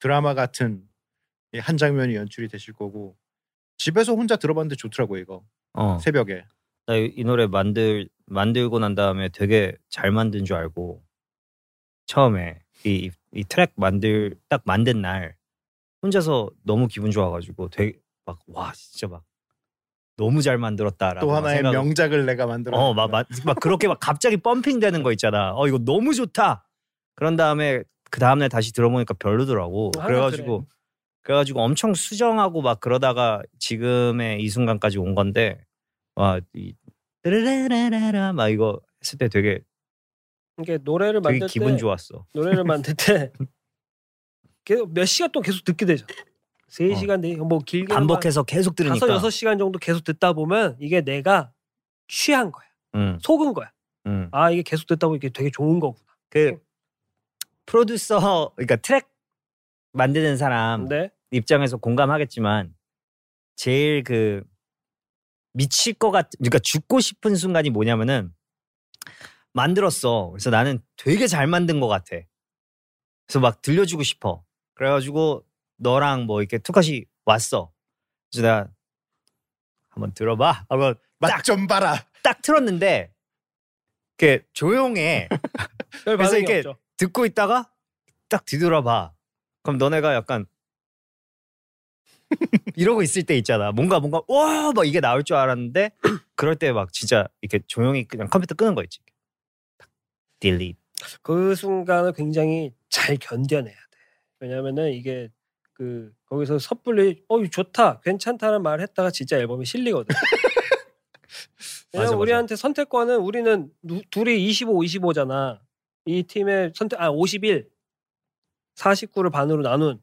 드라마 같은 이한 장면이 연출이 되실 거고 집에서 혼자 들어봤는데 좋더라고 요 이거 어. 새벽에 나 이 노래 만들 만들고 난 다음에 되게 잘 만든 줄 알고 처음에 이, 이 트랙 만들 딱 만든 날 혼자서 너무 기분 좋아가지고 되게 막 와 진짜 막 너무 잘 만들었다라고 또 막 하나의 생각을- 명작을 내가 만들어 어, 막, 막, 막 그렇게 막 갑자기 펌핑 되는 거 있잖아. 어, 이거 너무 좋다. 그런 다음에 그 다음날 다시 들어보니까 별로더라고. 항상 그래가지고 아, 그래. 그래가지고 엄청 수정하고 막 그러다가 지금의 이 순간까지 온 건데 와이 르르라라라 막 이거 했을 때 되게 이게 노래를 되게 만들 기분 때 좋았어. 노래를 만들 때 계속 몇 시간 동안 계속 듣게 되죠. 세 어. 시간 네, 뭐 길게 반복해서 계속 들으니까. 다섯 여섯 시간 정도 계속 듣다 보면 이게 내가 취한 거야, 응, 속은 거야. 응. 아 네. 이게 계속 듣다 보니까 이게 되게 좋은 거구나. 그 프로듀서 그러니까 트랙 만드는 사람 근데 입장에서 공감하겠지만 제일 그 미칠 것 같, 그러니까 죽고 싶은 순간이 뭐냐면은 만들었어. 그래서 나는 되게 잘 만든 것 같아. 그래서 막 들려주고 싶어. 그래가지고 너랑 뭐 이렇게 투카시 왔어. 그래서 나 한번 들어봐. 하고 맛 좀 봐라 딱 틀었는데 이렇게 조용해. 별 반응이 이렇게 없죠. 듣고 있다가 딱 뒤돌아봐. 그럼 너네가 약간 이러고 있을 때 있잖아. 뭔가 뭔가 와 막 이게 나올 줄 알았는데 그럴 때 막 진짜 이렇게 조용히 그냥 컴퓨터 끄는 거 있지. 딜리. 그 순간을 굉장히 잘 견뎌내야 돼. 왜냐면은 이게 그 거기서 섣불리 어 이거 좋다 괜찮다는 말을 했다가 진짜 앨범이 실리거든. 맞아, 왜냐면 맞아. 우리한테 선택권은 우리는 누- 둘이 25, 25잖아. 이 팀의 선택 아 51, 49를 반으로 나눈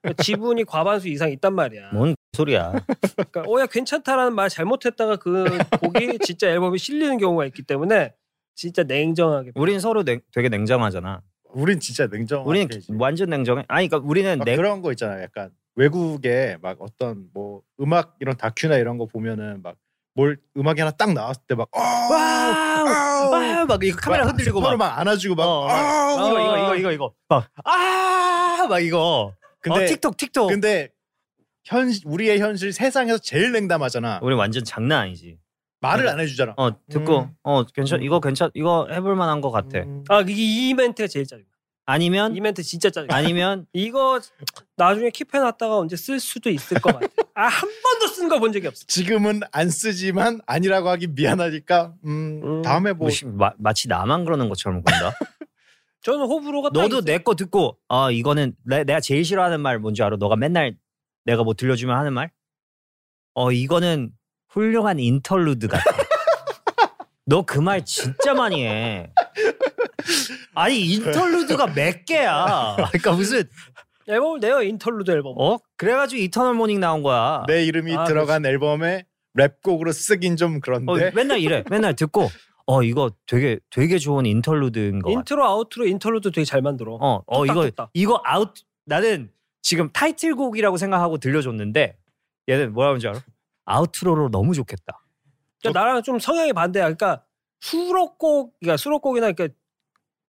그러니까 지분이 과반수 이상 있단 말이야. 뭔 소리야? 그러니까 어야 괜찮다라는 말 잘못했다가 그 곡이 진짜 앨범이 실리는 경우가 있기 때문에 진짜 냉정하게 우린 서로 냉- 되게 냉정하잖아. 우린 진짜 냉정. 우리는 완전 냉정해. 아니 그러니까 우리는 어, 막 냉 그런 거 있잖아요. 약간 외국의 막 어떤 뭐 음악 이런 다큐나 이런 거 보면은 막 뭘 음악이 하나 딱 나왔을 때 막 어! 와우! 와우! 막 이거 카메라 흔들리고 막 서로 막 안아주고 막 어, 아우! 이거 이거 이거 이거 이거 막아막 이거 근데 어, 틱톡 틱톡 근데 현 우리의 현실 세상에서 제일 냉담하잖아. 우리 완전 장난 아니지 말을 안 해주잖아. 네. 어 듣고 음. 어 괜찮 이거 괜찮 이거 해볼 만한 것 같아 음. 아 이게 이 멘트가 제일 짜증나. 아니면 이 멘트 진짜 짜증나. 아니면 이거 나중에 킵해놨다가 언제 쓸 수도 있을 것 같아. 아 한 번도 쓴 거 본 적이 없어. 지금은 안 쓰지만 아니라고 하기 미안하니까 음, 음. 다음에 뭐 뭐, 씨, 마, 마치 나만 그러는 것처럼 본다 저는 호불호가 딱 너도 있어요. 내 거 듣고 아 이거는 내, 내가 제일 싫어하는 말 뭔지 알아 너가 맨날 내가 뭐 들려주면 하는 말어 이거는 훌륭한 인터루드 같아 너 그 말 진짜 많이 해 아니 인터루드가 몇 개야 그러니까 무슨 앨범을 내요 인터루드 앨범. 어? 그래가지고 이터널 모닝 나온 거야. 내 이름이 아, 들어간 앨범에 랩곡으로 쓰긴 좀 그런데 어, 맨날 이래. 맨날 듣고 어 이거 되게 되게 좋은 인터루드인 거 같아. 인트로 아우트로 인터루드 되게 잘 만들어. 어, 어 뚝딱 이거 뚝딱. 이거 아웃. 나는 지금 타이틀곡이라고 생각하고 들려줬는데 얘는 뭐라 하는 줄 알아? 아웃트로로 너무 좋겠다. 그러니까 나랑 좀 성향이 반대야. 그러니까 수록곡, 그러니까 수록곡이나 그러니까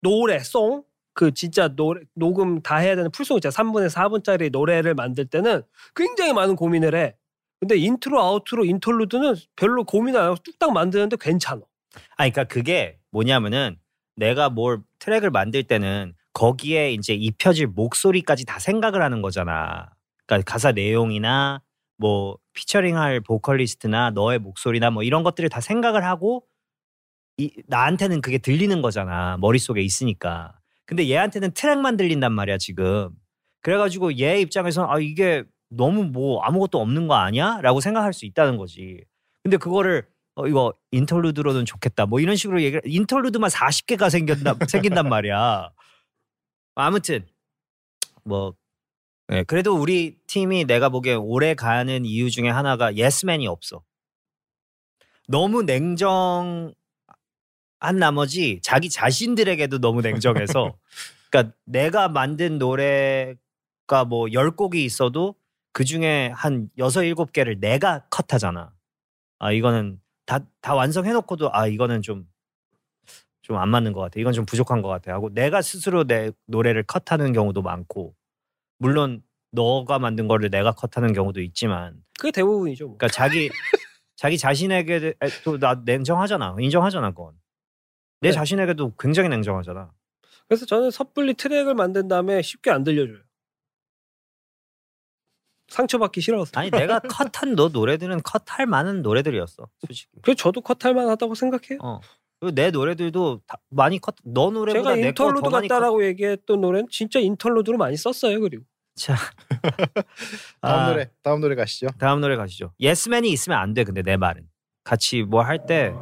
노래, 송, 그 진짜 노래 녹음 다 해야 되는 풀송 있잖아. 3분에 4분짜리 노래를 만들 때는 굉장히 많은 고민을 해. 근데 인트로 아우트로 인터루드는 별로 고민 안 하고 뚝딱 만드는데 괜찮아. 아, 그러니까 그게 뭐냐면은 내가 뭘 트랙을 만들 때는 거기에 이제 입혀질 목소리까지 다 생각을 하는 거잖아. 그러니까 가사 내용이나 뭐 피처링할 보컬리스트나 너의 목소리나 뭐 이런 것들을 다 생각을 하고 이, 나한테는 그게 들리는 거잖아. 머릿속에 있으니까. 근데 얘한테는 트랙만 들린단 말이야, 지금. 그래가지고 얘 입장에서는 아, 이게 너무 뭐 아무것도 없는 거 아니야? 라고 생각할 수 있다는 거지. 근데 그거를 어, 이거 인터루드로는 좋겠다. 뭐 이런 식으로 얘기를 인터루드만 40개가 생겼나 생긴단 말이야. 아무튼 뭐 예, 그래도 우리 팀이 내가 보기에 오래 가는 이유 중에 하나가 예스맨이 없어. 너무 냉정한 나머지 자기 자신들에게도 너무 냉정해서 그러니까 내가 만든 노래가 뭐 10곡이 있어도 그중에 한 6, 7개를 내가 컷하잖아. 아 이거는 다, 다 완성해놓고도 아 이거는 좀 좀 안 맞는 것 같아. 이건 좀 부족한 것 같아. 하고 내가 스스로 내 노래를 컷하는 경우도 많고 물론 너가 만든 거를 내가 컷하는 경우도 있지만 그게 대부분이죠. 뭐. 그러니까 자기 자기 자신에게도 나 냉정하잖아. 인정하잖아 그건. 내 네. 자신에게도 굉장히 냉정하잖아. 그래서 저는 섣불리 트랙을 만든 다음에 쉽게 안 들려줘요. 상처받기 싫어서. 아니 내가 컷한 너 노래들은 컷할 만한 노래들이었어. 솔직히. 그래서 저도 컷할 만하다고 생각해요. 어. 그리고 내 노래들도 다 많이 컷. 너 노래보다 제가 내거더 인터루드 많이 컷. 같다라고 얘기했던 노래는 진짜 인터루드로 많이 썼어요. 그리고 다음 아. 노래 다음 노래 가시죠. 다음 노래 가시죠. 예스맨이 있으면 안 돼. 근데 내 말은 같이 뭐 할 때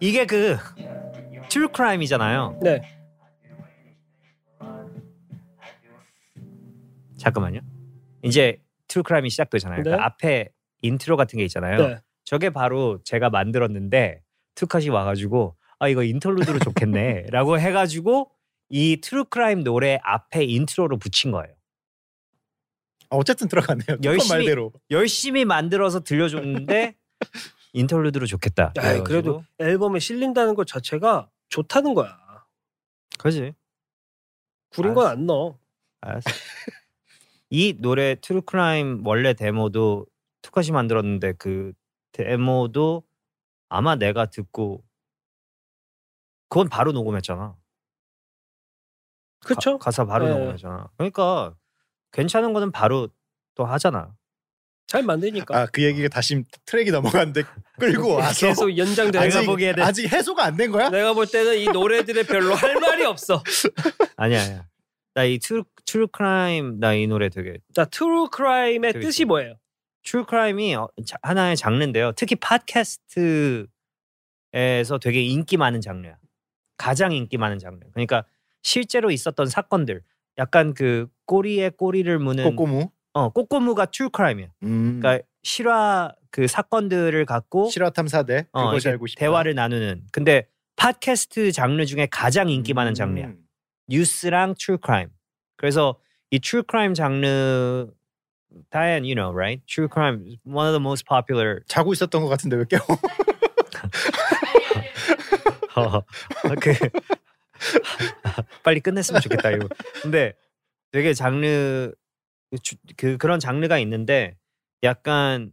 이게 그 트루크라임이잖아요. 네. 잠깐만요. 이제 트루크라임이 시작되잖아요. 네. 그 앞에 인트로 같은 게 있잖아요. 네. 저게 바로 제가 만들었는데 투컷이 와가지고 아 이거 인터루드로 좋겠네라고 해가지고 이 트루크라임 노래 앞에 인트로로 붙인 거예요. 아, 어쨌든 들어가네요. 열심히- 열심 말대로 열심히 만들어서 들려줬는데 인터루드로 좋겠다. 야, 그래가지고. 아, 그래도 앨범에 실린다는 것 자체가 좋다는 거야. 그지. 구린 건 안 넣어. 알았어. 이 노래 트루크라임 원래 데모도 투카시 만들었는데 그 데모도 아마 내가 듣고 그건 바로 녹음했잖아. 그쵸? 가, 사 바로 네. 녹음했잖아. 그러니까 괜찮은 거는 바로 또 하잖아. 잘 만드니까. 아 그 어. 얘기가 다시 트랙이 넘어갔는데 끌고 와서 계속 연장되는 아직, 내가 거야. 보기에는- 네. 아직 해소가 안 된 거야? 내가 볼 때는 이 노래들에 별로 할 말이 없어. 아니야, 아니야. 나 이 트루 트루크라임 나 이 노래 되게 자, 트루 크라임의 되게 뜻이 좋아. 뭐예요? 트루크라임이 어, 자- 하나의 장르인데요. 특히 팟캐스트에서 되게 인기 많은 장르야. 가장 인기 많은 장르. 그러니까 실제로 있었던 사건들, 약간 그 꼬리에 꼬리를 무는 꼬꼬무. 어, 꼬꼬무가 트루크라임이야. 음. 그러니까 실화 그 사건들을 갖고 실화 탐사대 어, 그것이 이렇게 알고 싶다. 대화를 나누는. 근데 팟캐스트 장르 중에 가장 인기 많은 장르야. 음. 뉴스랑 트루크라임. 그래서 이 트루크라임 장르 Diane, you know, right? True crime, one of the most popular. 자고 있었던 것 같은데 왜 깨워? 어, 그 빨리 끝냈으면 좋겠다 이거. 근데 되게 장르 주- 그 그런 장르가 있는데 약간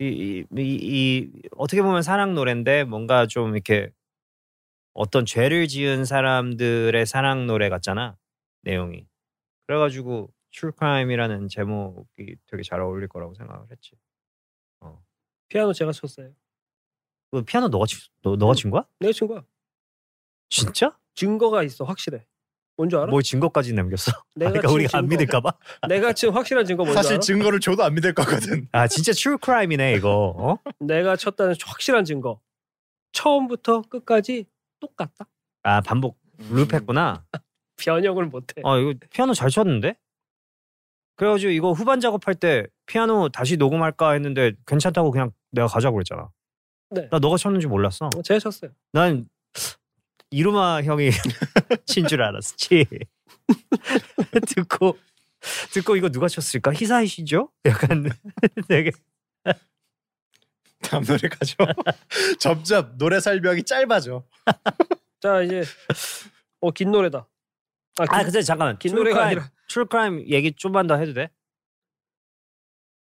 이, 이, 이, 이 어떻게 보면 사랑 노래인데 뭔가 좀 이렇게 어떤 죄를 지은 사람들의 사랑 노래 같잖아 내용이. 그래가지고 True Crime이라는 제목이 되게 잘 어울릴 거라고 생각을 했지. 피아노 제가 쳤어요. 그 피아노 너가 치, 너, 너가 친 거야? 내 친구야. 진짜? 증거가 있어 확실해. 뭔줄 알아? 뭘 증거까지 남겼어? 내가 뭐, 그러니까 친 우리가 안 증거. 믿을까봐. 내가 지금 확실한 증거 뭔지 사실 알아? 증거를 줘도 안 믿을 거거든. 아 진짜 트루 크라임이네 이거. 어? 내가 쳤다는 확실한 증거. 처음부터 끝까지 똑같다. 아 반복 룹했구나. 네. 변형을 못해. 아 이거 피아노 잘 쳤는데? 그래가지고 이거 후반 작업할 때 피아노 다시 녹음할까 했는데 괜찮다고 그냥 내가 가자고 그랬잖아. 네. 나 너가 쳤는지 몰랐어. 제가 쳤어요. 난 이루마 형이 친 줄 알았어. 치. 듣고 듣고 이거 누가 쳤을까? 히사이시죠? 약간 되게 다음 노래 가죠. 점점 노래 설명이 짧아져. 자 이제 어 긴 노래다. 아, 아 긴- 근데 잠깐만 긴 노래가 트루크라임- 아니라 트루크라임 얘기 좀만 더 해도 돼?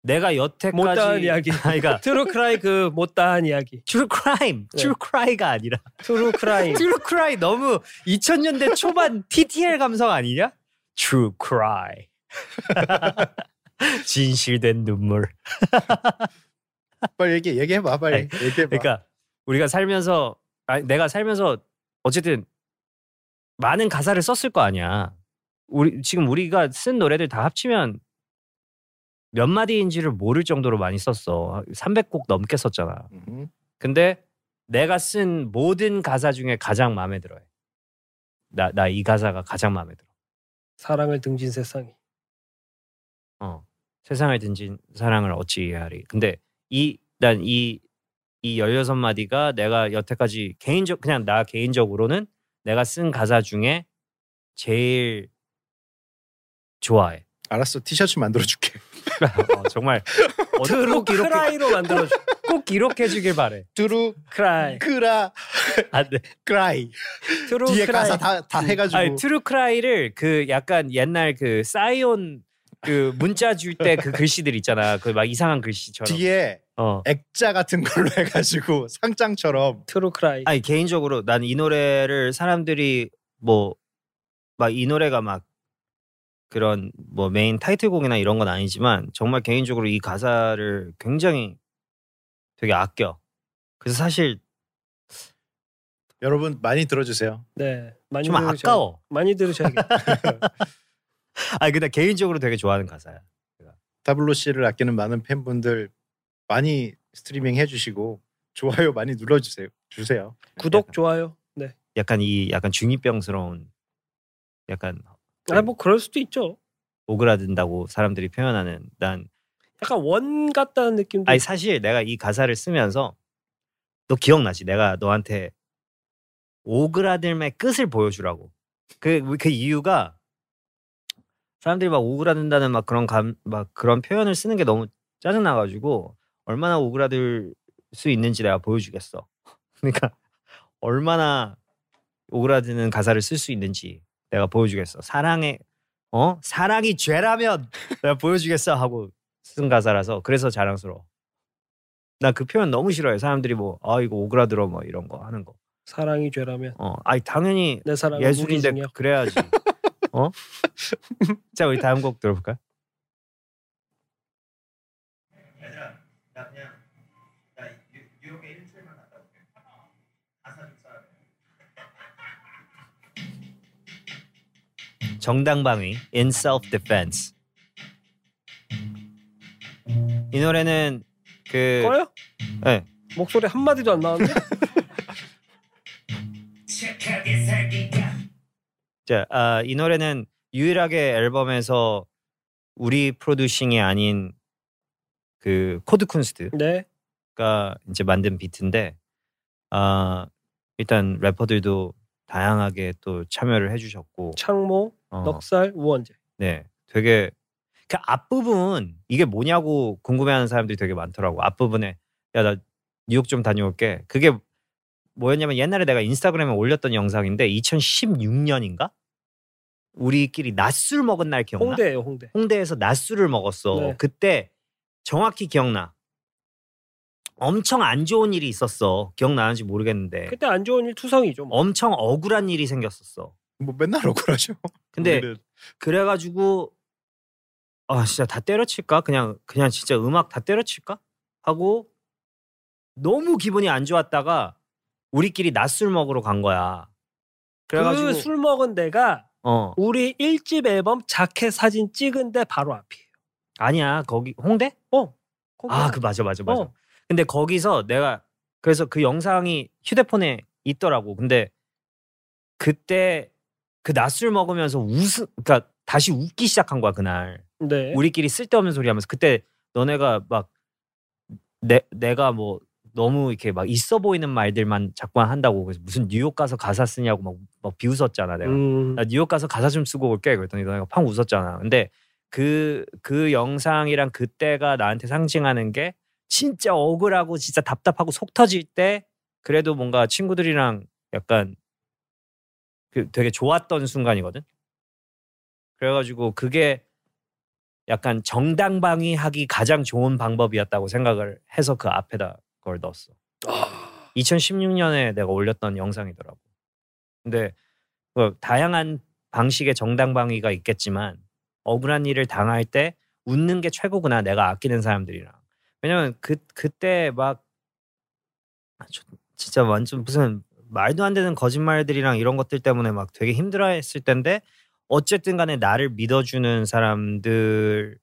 내가 여태까지 못다한 이야기. 아, 그러니까 트루크라이 그 못다한 이야기. 트루크라임 네. 트루크라이가 아니라 트루크라이. 트루크라이 너무 2000년대 초반 TTL 감성 아니냐? 트루크라이 진실된 눈물 빨리 얘기 얘기해봐 빨리 얘기해봐. 그러니까 우리가 살면서 아니, 내가 살면서 어쨌든 많은 가사를 썼을 거 아니야. 우리 지금 우리가 쓴 노래들 다 합치면 몇 마디인지를 모를 정도로 많이 썼어. 300곡 넘게 썼잖아. 음. 근데 내가 쓴 모든 가사 중에 가장 마음에 들어해. 나 나 이 가사가 가장 마음에 들어. 사랑을 등진 세상이. 어. 세상을 든진 사랑을 어찌 이해하리. 근데 이 난 이 이 16마디가 내가 여태까지 개인적 그냥 나 개인적으로는 내가 쓴 가사 중에 제일 좋아해. 알았어 티셔츠 만들어줄게. 어, 정말 어, 꼭 이렇게 트루크라이로 만들어줘. 꼭 이렇게 주길 바래. 뚜루 네. 크라이. 크라 안 돼. 크라이 뒤에 가사 트루크라이. 다 다 해가지고 음. 아니, 트루크라이를 그 약간 옛날 그 사이온 그 문자 줄 때 그 글씨들 있잖아. 그 막 이상한 글씨처럼. 뒤에 어. 액자 같은 걸로 해가지고 상장처럼 트루크라이. 아니 개인적으로 난 이 노래를 사람들이 뭐 막 이 노래가 막 그런 뭐 메인 타이틀곡이나 이런 건 아니지만 정말 개인적으로 이 가사를 굉장히 되게 아껴. 그래서 사실 여러분 많이 들어주세요. 네. 많이 좀 들으셔야- 아까워. 많이 들으셔야겠다. 아니 근데 개인적으로 되게 좋아하는 가사야. 타블로 씨를 아끼는 많은 팬분들 많이 스트리밍 해주시고 좋아요 많이 눌러주세요. 주세요. 구독 좋아요. 네. 약간 이 약간 중이병스러운 약간 아 뭐 그럴 수도 있죠. 오그라든다고 사람들이 표현하는 난 약간 원 같다는 느낌도. 아니 사실 내가 이 가사를 쓰면서 너 기억나지? 내가 너한테 오그라들매 끝을 보여주라고. 그, 그 이유가 사람들이 막 오그라든다는 막 그런 감, 막 그런 표현을 쓰는 게 너무 짜증나가지고 얼마나 오그라들 수 있는지 내가 보여주겠어. 그러니까 얼마나 오그라드는 가사를 쓸 수 있는지 내가 보여주겠어. 사랑의 어 사랑이 죄라면 내가 보여주겠어 하고 쓴 가사라서 그래서 자랑스러워. 나 그 표현 너무 싫어해. 사람들이 뭐 아 이거 오그라들어 뭐 이런 거 하는 거. 사랑이 죄라면 어, 아니 당연히 내 사랑은 예술인데 무기징역. 그래야지. 어? 자 우리 다음 곡 들어볼까요? 정당방위 in self defense 이 노래는 그 꺼요? 네. 목소리 한 마디도 안 나왔는데. 자, 아, 이 노래는 유일하게 앨범에서 우리 프로듀싱이 아닌 그 코드 쿤스트가 네. 이제 만든 비트인데 아, 일단 래퍼들도 다양하게 또 참여를 해주셨고 창모, 어, 넉살, 우원재. 네, 되게 그 앞부분 이게 뭐냐고 궁금해하는 사람들이 되게 많더라고. 앞부분에 야 나 뉴욕 좀 다녀올게. 그게 뭐였냐면 옛날에 내가 인스타그램에 올렸던 영상인데 2016년인가 우리끼리 낮술 먹은 날 기억나? 홍대예요, 홍대. 에서 낮술을 먹었어. 네. 그때 정확히 기억나. 엄청 안 좋은 일이 있었어. 기억나는지 모르겠는데 그때 안 좋은 일 투성이죠. 뭐. 엄청 억울한 일이 생겼었어. 뭐 맨날 억울하죠. 근데 우리를. 그래가지고 아 진짜 다 때려칠까 그냥 그냥 진짜 음악 다 때려칠까 하고 너무 기분이 안 좋았다가 우리끼리 낮술 먹으러 간 거야 그래가지고 그 술 먹은 데가 어 우리 1집 앨범 자켓 사진 찍은 데 바로 앞이에요. 아니야 거기 홍대 아 거기가. 그 맞아 맞아 맞아 어. 근데 거기서 내가 그래서 그 영상이 휴대폰에 있더라고 근데 그때 그 낮술 먹으면서 웃음 그러니까 다시 웃기 시작한 거야 그날 네. 우리끼리 쓸데없는 소리 하면서 그때 너네가 막 내, 내가 뭐 너무 이렇게 막 있어 보이는 말들만 자꾸 한다고 그래서 무슨 뉴욕 가서 가사 쓰냐고 막, 막 네. 비웃었잖아 내가 음, 나 뉴욕 가서 가사 좀 쓰고 올게 그랬더니 너네가 팡 웃었잖아 근데 그 그 영상이랑 그때가 나한테 상징하는 게 진짜 억울하고 진짜 답답하고 속 터질 때 그래도 뭔가 친구들이랑 약간 그 되게 좋았던 순간이거든. 그래가지고 그게 약간 정당방위하기 가장 좋은 방법이었다고 생각을 해서 그 앞에다 그걸 넣었어. 2016년에 내가 올렸던 영상이더라고. 근데 뭐 다양한 방식의 정당방위가 있겠지만 억울한 일을 당할 때 웃는 게 최고구나 내가 아끼는 사람들이랑. 왜냐면 그 그때 막 아, 저- 진짜 완전 무슨 말도 안 되는 거짓말들이랑 이런 것들 때문에 막 되게 힘들어했을 텐데 어쨌든 간에 나를 믿어주는 사람들이랑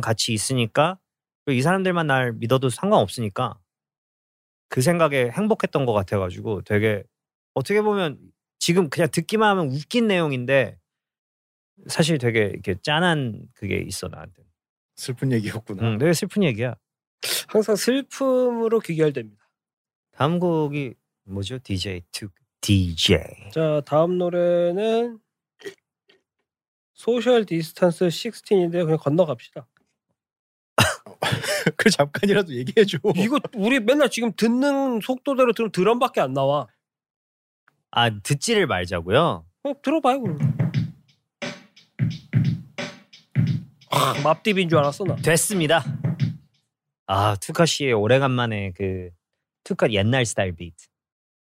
같이 있으니까 그리고 이 사람들만 날 믿어도 상관없으니까 그 생각에 행복했던 것 같아가지고 되게 어떻게 보면 지금 그냥 듣기만 하면 웃긴 내용인데 사실 되게 이렇게 짠한 그게 있어 나한테 슬픈 얘기였구나. 응, 되게 슬픈 얘기야 항상 슬픔으로 귀결됩니다. 다음 곡이 뭐죠? DJ 툭 DJ 자, 다음 노래는 소셜 디스턴스 16인데 그냥 건너갑시다. 어. 그 잠깐이라도 얘기해 줘. 이거 우리 맨날 지금 듣는 속도대로 들으면 드럼밖에 안 나와. 아 듣지를 말자고요? 어, 들어봐요 그럼. 아, 맙딥인 줄 알았어 나. 됐습니다 아 투카 씨의 오래간만에 그 투카 옛날 스타일 비트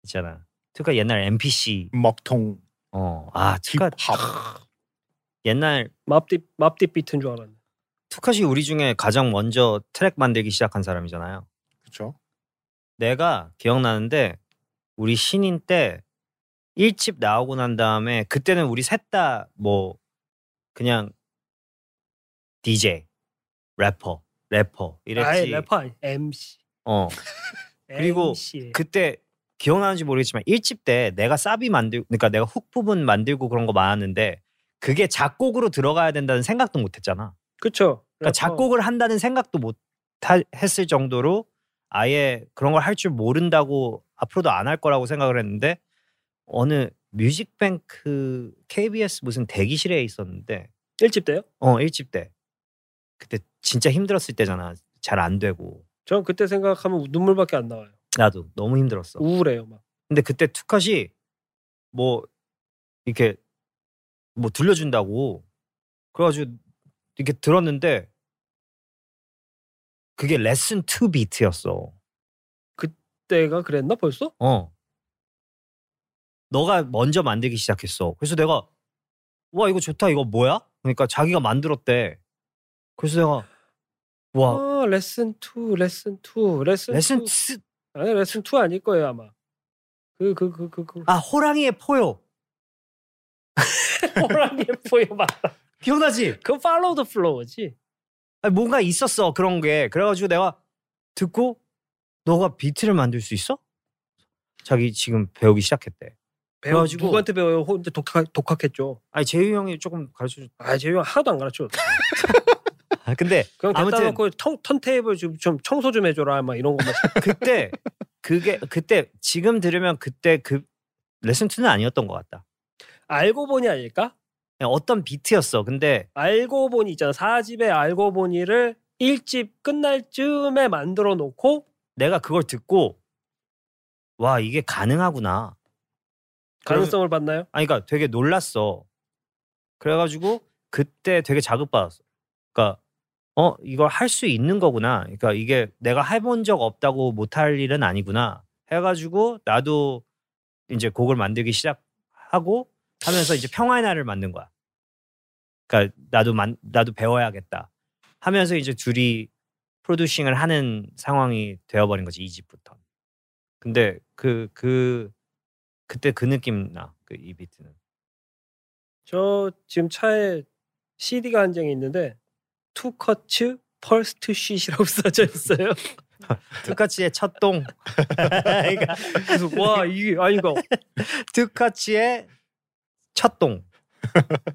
있잖아 투카 옛날 MPC 먹통 어아 투카 힙합. 옛날 맙딥 맙딥 비트인 줄 알았네. 투카 씨 우리 중에 가장 먼저 트랙 만들기 시작한 사람이잖아요 그렇죠? 내가 기억나는데 우리 신인 때 1집 나오고 난 다음에 그때는 우리 셋 다 뭐 그냥 DJ, 래퍼, 래퍼 이랬지. 아예 래퍼 아니 MC. 어. 그리고 MC. 그때 기억나는지 모르겠지만 1집 때 내가 사비 만들 그러니까 내가 훅 부분 만들고 그런 거 많았는데 그게 작곡으로 들어가야 된다는 생각도 못 했잖아. 그쵸. 그러니까 작곡을 한다는 생각도 못 하- 했을 정도로 아예 그런 걸 할 줄 모른다고 앞으로도 안 할 거라고 생각을 했는데 어느 뮤직뱅크 KBS 무슨 대기실에 있었는데 일집 때요? 어 1집 때 그때 진짜 힘들었을 때잖아 잘 안 되고 전 그때 생각하면 눈물밖에 안 나와요. 나도 너무 힘들었어 우울해요 막. 근데 그때 투컷이 뭐 이렇게 뭐 들려준다고 그래가지고 이렇게 들었는데 그게 레슨 투 비트였어. 때가 그랬나 벌써? 어. 너가 먼저 만들기 시작했어. 그래서 내가 와 이거 좋다 이거 뭐야? 그러니까 자기가 만들었대. 그래서 내가 와 아 레슨 2 레슨 2 레슨 어. 레슨 2. 투- 아니 레슨 2 아닐 거예요 아마. 그 그 그 그 그. 아 호랑이의 포효 호랑이 보여 막. 기억나지? 그 팔로우 더 플로우지. 아니, 뭔가 있었어 그런 게 그래가지고 내가 듣고 너가 비트를 만들 수 있어? 자기 지금 배우기 시작했대. 배워 그래가지고- 누구한테 배워요? 혼자 독학 독학했죠. 아니 재유 형이 조금 가르쳐 줬. 아 재영 하나도 안 가르쳐. 아, 근데 그냥 아무튼 갖다 놓고 턴, 테이블 좀, 좀 청소 좀 해줘라 막 이런 것만. 그때 그게 그때 지금 들으면 그때 그 레슨 2는 아니었던 것 같다. 알고 보니 아닐까? 그냥 어떤 비트였어. 근데 알고 보니 있잖아. 4집의 알고 보니를 1집 끝날 쯤에 만들어 놓고 내가 그걸 듣고 와 이게 가능하구나. 가능성을 봤나요? 아니 그러니까 되게 놀랐어. 그래가지고 그때 되게 자극받았어. 그러니까 어 이걸 할 수 있는 거구나. 그러니까 이게 내가 해본 적 없다고 못할 일은 아니구나. 해가지고 나도 이제 곡을 만들기 시작하고 하면서 이제 평화의 날을 만든 거야. 그러니까 나도 만 나도 배워야겠다. 하면서 이제 둘이 프로듀싱을 하는 상황이 되어버린 거지 이 집부터. 근데 그 그, 그때 그 느낌 나. 그 이 비트는. 저 지금 차에 CD가 한 장이 있는데 투커츠 펄스트 쉿이라고 써져 있어요. 투카치의 첫 동. 그러니까 그래서 와 이게 아니 그러니까 투카치의 첫 동.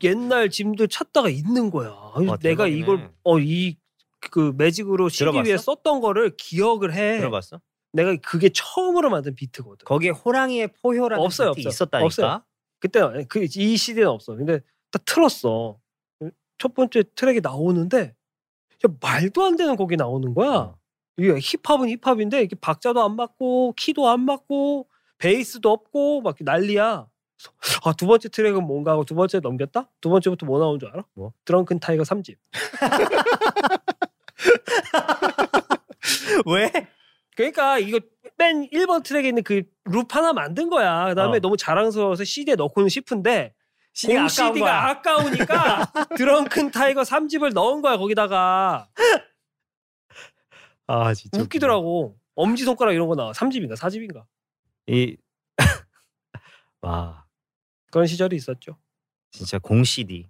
옛날 짐도 찾다가 있는 거야. 그래서 와, 내가 아, 대박이네. 이걸 어 이 그 매직으로 CD 위에 들어봤어? 썼던 거를 기억을 해. 들어봤어? 내가 그게 처음으로 만든 비트거든. 네. 거기에 호랑이의 포효라는 없어요, 비트 없어요. 있었다니까. 없어요. 그때 그이 CD는 없어. 근데 딱 틀었어. 첫 번째 트랙이 나오는데 야, 말도 안 되는 곡이 나오는 거야. 이게 힙합은 힙합인데 이게 박자도 안 맞고 키도 안 맞고 베이스도 없고 막 난리야. 아 두 번째 트랙은 뭔가 하고 두 번째 넘겼다. 두 번째부터 뭐 나온 줄 알아? 뭐? 드렁큰 타이거 3집. 왜? 그러니까 이거 맨 1번 트랙에 있는 그 룹 하나 만든 거야. 그다음에 어. 너무 자랑스러워서 CD에 넣고는 싶은데 CD 가 공 아까운 CD가 거야. 아까우니까 드렁큰 타이거 3집을 넣은 거야 거기다가 아 진짜 웃기더라고. 엄지 손가락 이런 거 나와. 3집인가 4집인가 이 와, 그런 시절이 있었죠. 진짜 공 CD.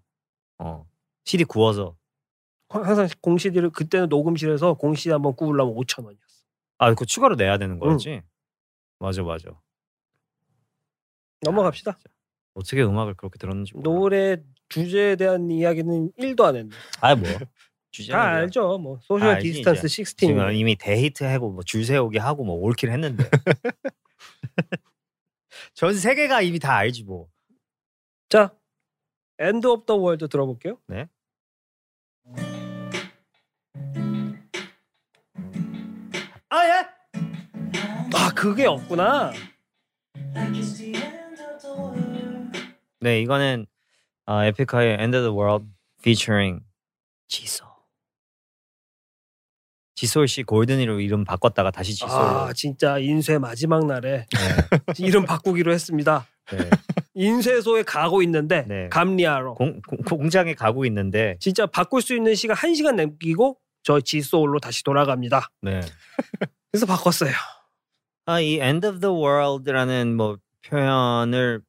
어. CD 구워서 항상 공 CD를 그때는 녹음실에서 공 CD 한번 구우려면 5천 원이었어. 아, 그거 추가로 내야 되는 응. 거였지? 맞아, 맞아. 아, 넘어갑시다. 진짜. 어떻게 음악을 그렇게 들었는지 몰라. 노래 주제에 대한 이야기는 1도 안 했네. 아, 뭐. 주제 다 알죠. 뭐 소셜 알지, 디스턴스 16. 지금 이미 데이트 하고 뭐 줄 세우기 하고 뭐 올킬 했는데 전 세계가 이미 다 알지 뭐 자, 엔드 오브 더 월드 들어볼게요. 네. 아예 아 그게 없구나. 네 이거는 아, 에픽하의 End of the World featuring 지소 지솔 씨 골든이로 이름 바꿨다가 다시 지솔로 아 진짜 인쇄 마지막 날에 이름 바꾸기로 했습니다. 네. 인쇄소에 가고 있는데 네. 감리하러 공, 공, 장에 가고 있는데 진짜 바꿀 수 있는 시간 한 시간 남기고 저 지소울로 다시 돌아갑니다. 네. 그래서 바꿨어요. 아, 이 end of the world라는 뭐 표현을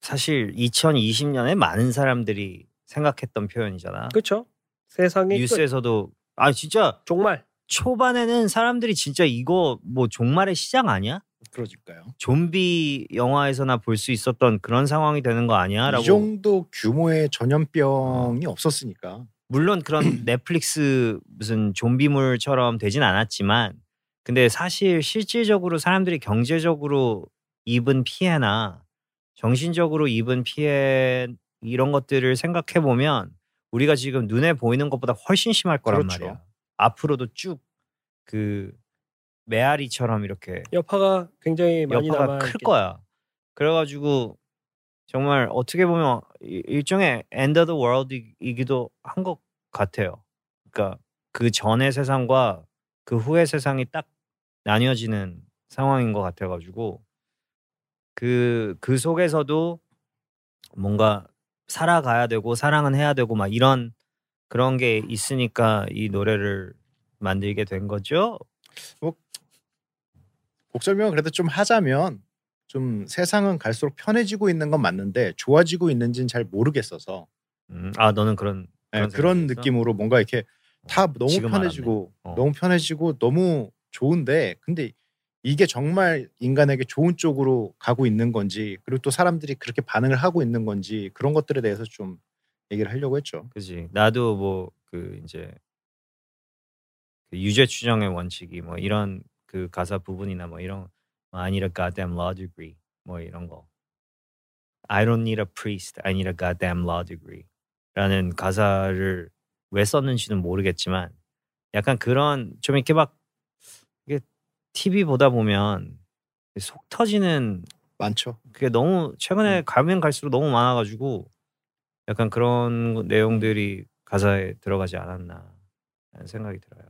사실 2020년에 많은 사람들이 생각했던 표현이잖아. 그렇죠? 세상이 끝. 뉴스에서도 아 진짜 정말 초반에는 사람들이 진짜 이거 뭐 종말의 시작 아니야? 그러니까요. 좀비 영화에서나 볼 수 있었던 그런 상황이 되는 거 아니야?라고 아. 이 정도 규모의 전염병이 없었으니까 물론 그런 넷플릭스 무슨 좀비물처럼 되진 않았지만 근데 사실 실질적으로 사람들이 경제적으로 입은 피해나 정신적으로 입은 피해 이런 것들을 생각해 보면 우리가 지금 눈에 보이는 것보다 훨씬 심할 거란 그렇죠. 말이야. 앞으로도 쭉 그 메아리처럼 이렇게 여파가 굉장히 많이 남아 여파가 클 거야. 그래가지고 정말 어떻게 보면 이- 일종의 end of the world이기도 한 것 같아요. 그러니까 그 전의 세상과 그 후의 세상이 딱 나뉘어지는 상황인 것 같아가지고 그 그 속에서도 뭔가 살아가야 되고 사랑은 해야 되고 막 이런 그런 게 있으니까 이 노래를 만들게 된 거죠. 곡 설명을 그래도 좀 하자면 좀 세상은 갈수록 편해지고 있는 건 맞는데 좋아지고 있는지는 잘 모르겠어서 음, 아 너는 그런 네, 그런 그런, 생각이 있어? 느낌으로 뭔가 이렇게 다 너무 지금 편해지고 알았네. 어. 너무 편해지고 너무 좋은데 근데 이게 정말 인간에게 좋은 쪽으로 가고 있는 건지 그리고 또 사람들이 그렇게 반응을 하고 있는 건지 그런 것들에 대해서 좀 얘기를 하려고 했죠. 그지 나도 뭐 그 이제 그 유죄 추정의 원칙이 뭐 이런 그 가사 부분이나 뭐 이런 뭐, I need a goddamn law degree 뭐 이런 거 I don't need a priest, I need a goddamn law degree 라는 가사를 왜 썼는지는 모르겠지만 약간 그런 좀 이렇게 막 이게 TV 보다 보면 속 터지는 많죠. 그게 너무 최근에 가면 갈수록 너무 많아가지고 약간 그런 내용들이 가사에 들어가지 않았나 하는 생각이 들어요.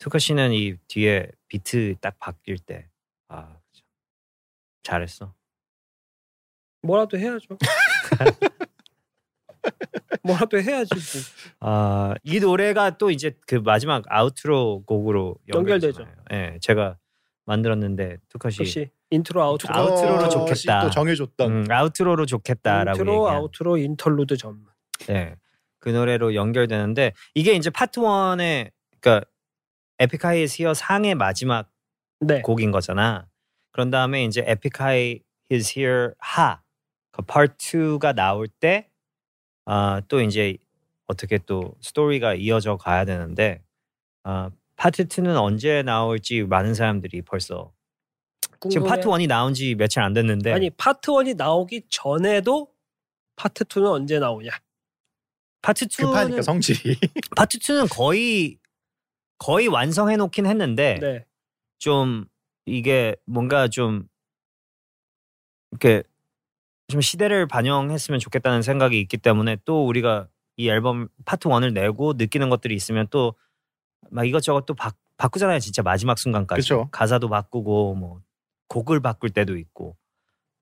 투카 씨는 이 뒤에 비트 딱 바뀔 때, 아, 참 잘했어. 뭐라도 해야죠. 뭐라도 해야지. 뭐. 아, 이 노래가 또 이제 그 마지막 아우트로 곡으로 연결되죠. 연결되잖아요. 예, 제가 만들었는데 투카 씨 역시 인트로 아우트로. 어, 아웃- 아우트로로 좋겠다. 씨또 정해줬던 음, 아우트로로 좋겠다라고 인트로 얘기한 아우트로 인터루드 전문. 네. 그 노래로 연결되는데 이게 이제 파트 1의 그러니까 에픽하이의 히어 상의 마지막 네. 곡인 거잖아. 그런 다음에 이제 에픽하이 is here 하. 그 파트 2가 나올 때 아, 또 이제 어떻게 또 스토리가 이어져 가야 되는데 아, 파트 2는 언제 나올지 많은 사람들이 벌써 지금 궁금해. 파트 1이 나온 지 며칠 안 됐는데 아니 파트 1이 나오기 전에도 파트 2는 언제 나오냐? 파트 2는 급하니까 성질이 파트 2는 거의 거의 완성해 놓긴 했는데 네. 좀 이게 뭔가 좀 이렇게 좀 시대를 반영했으면 좋겠다는 생각이 있기 때문에 또 우리가 이 앨범 파트 1을 내고 느끼는 것들이 있으면 또 막 이것저것 또 바, 바꾸잖아요 진짜 마지막 순간까지 그쵸. 가사도 바꾸고 뭐 곡을 바꿀 때도 있고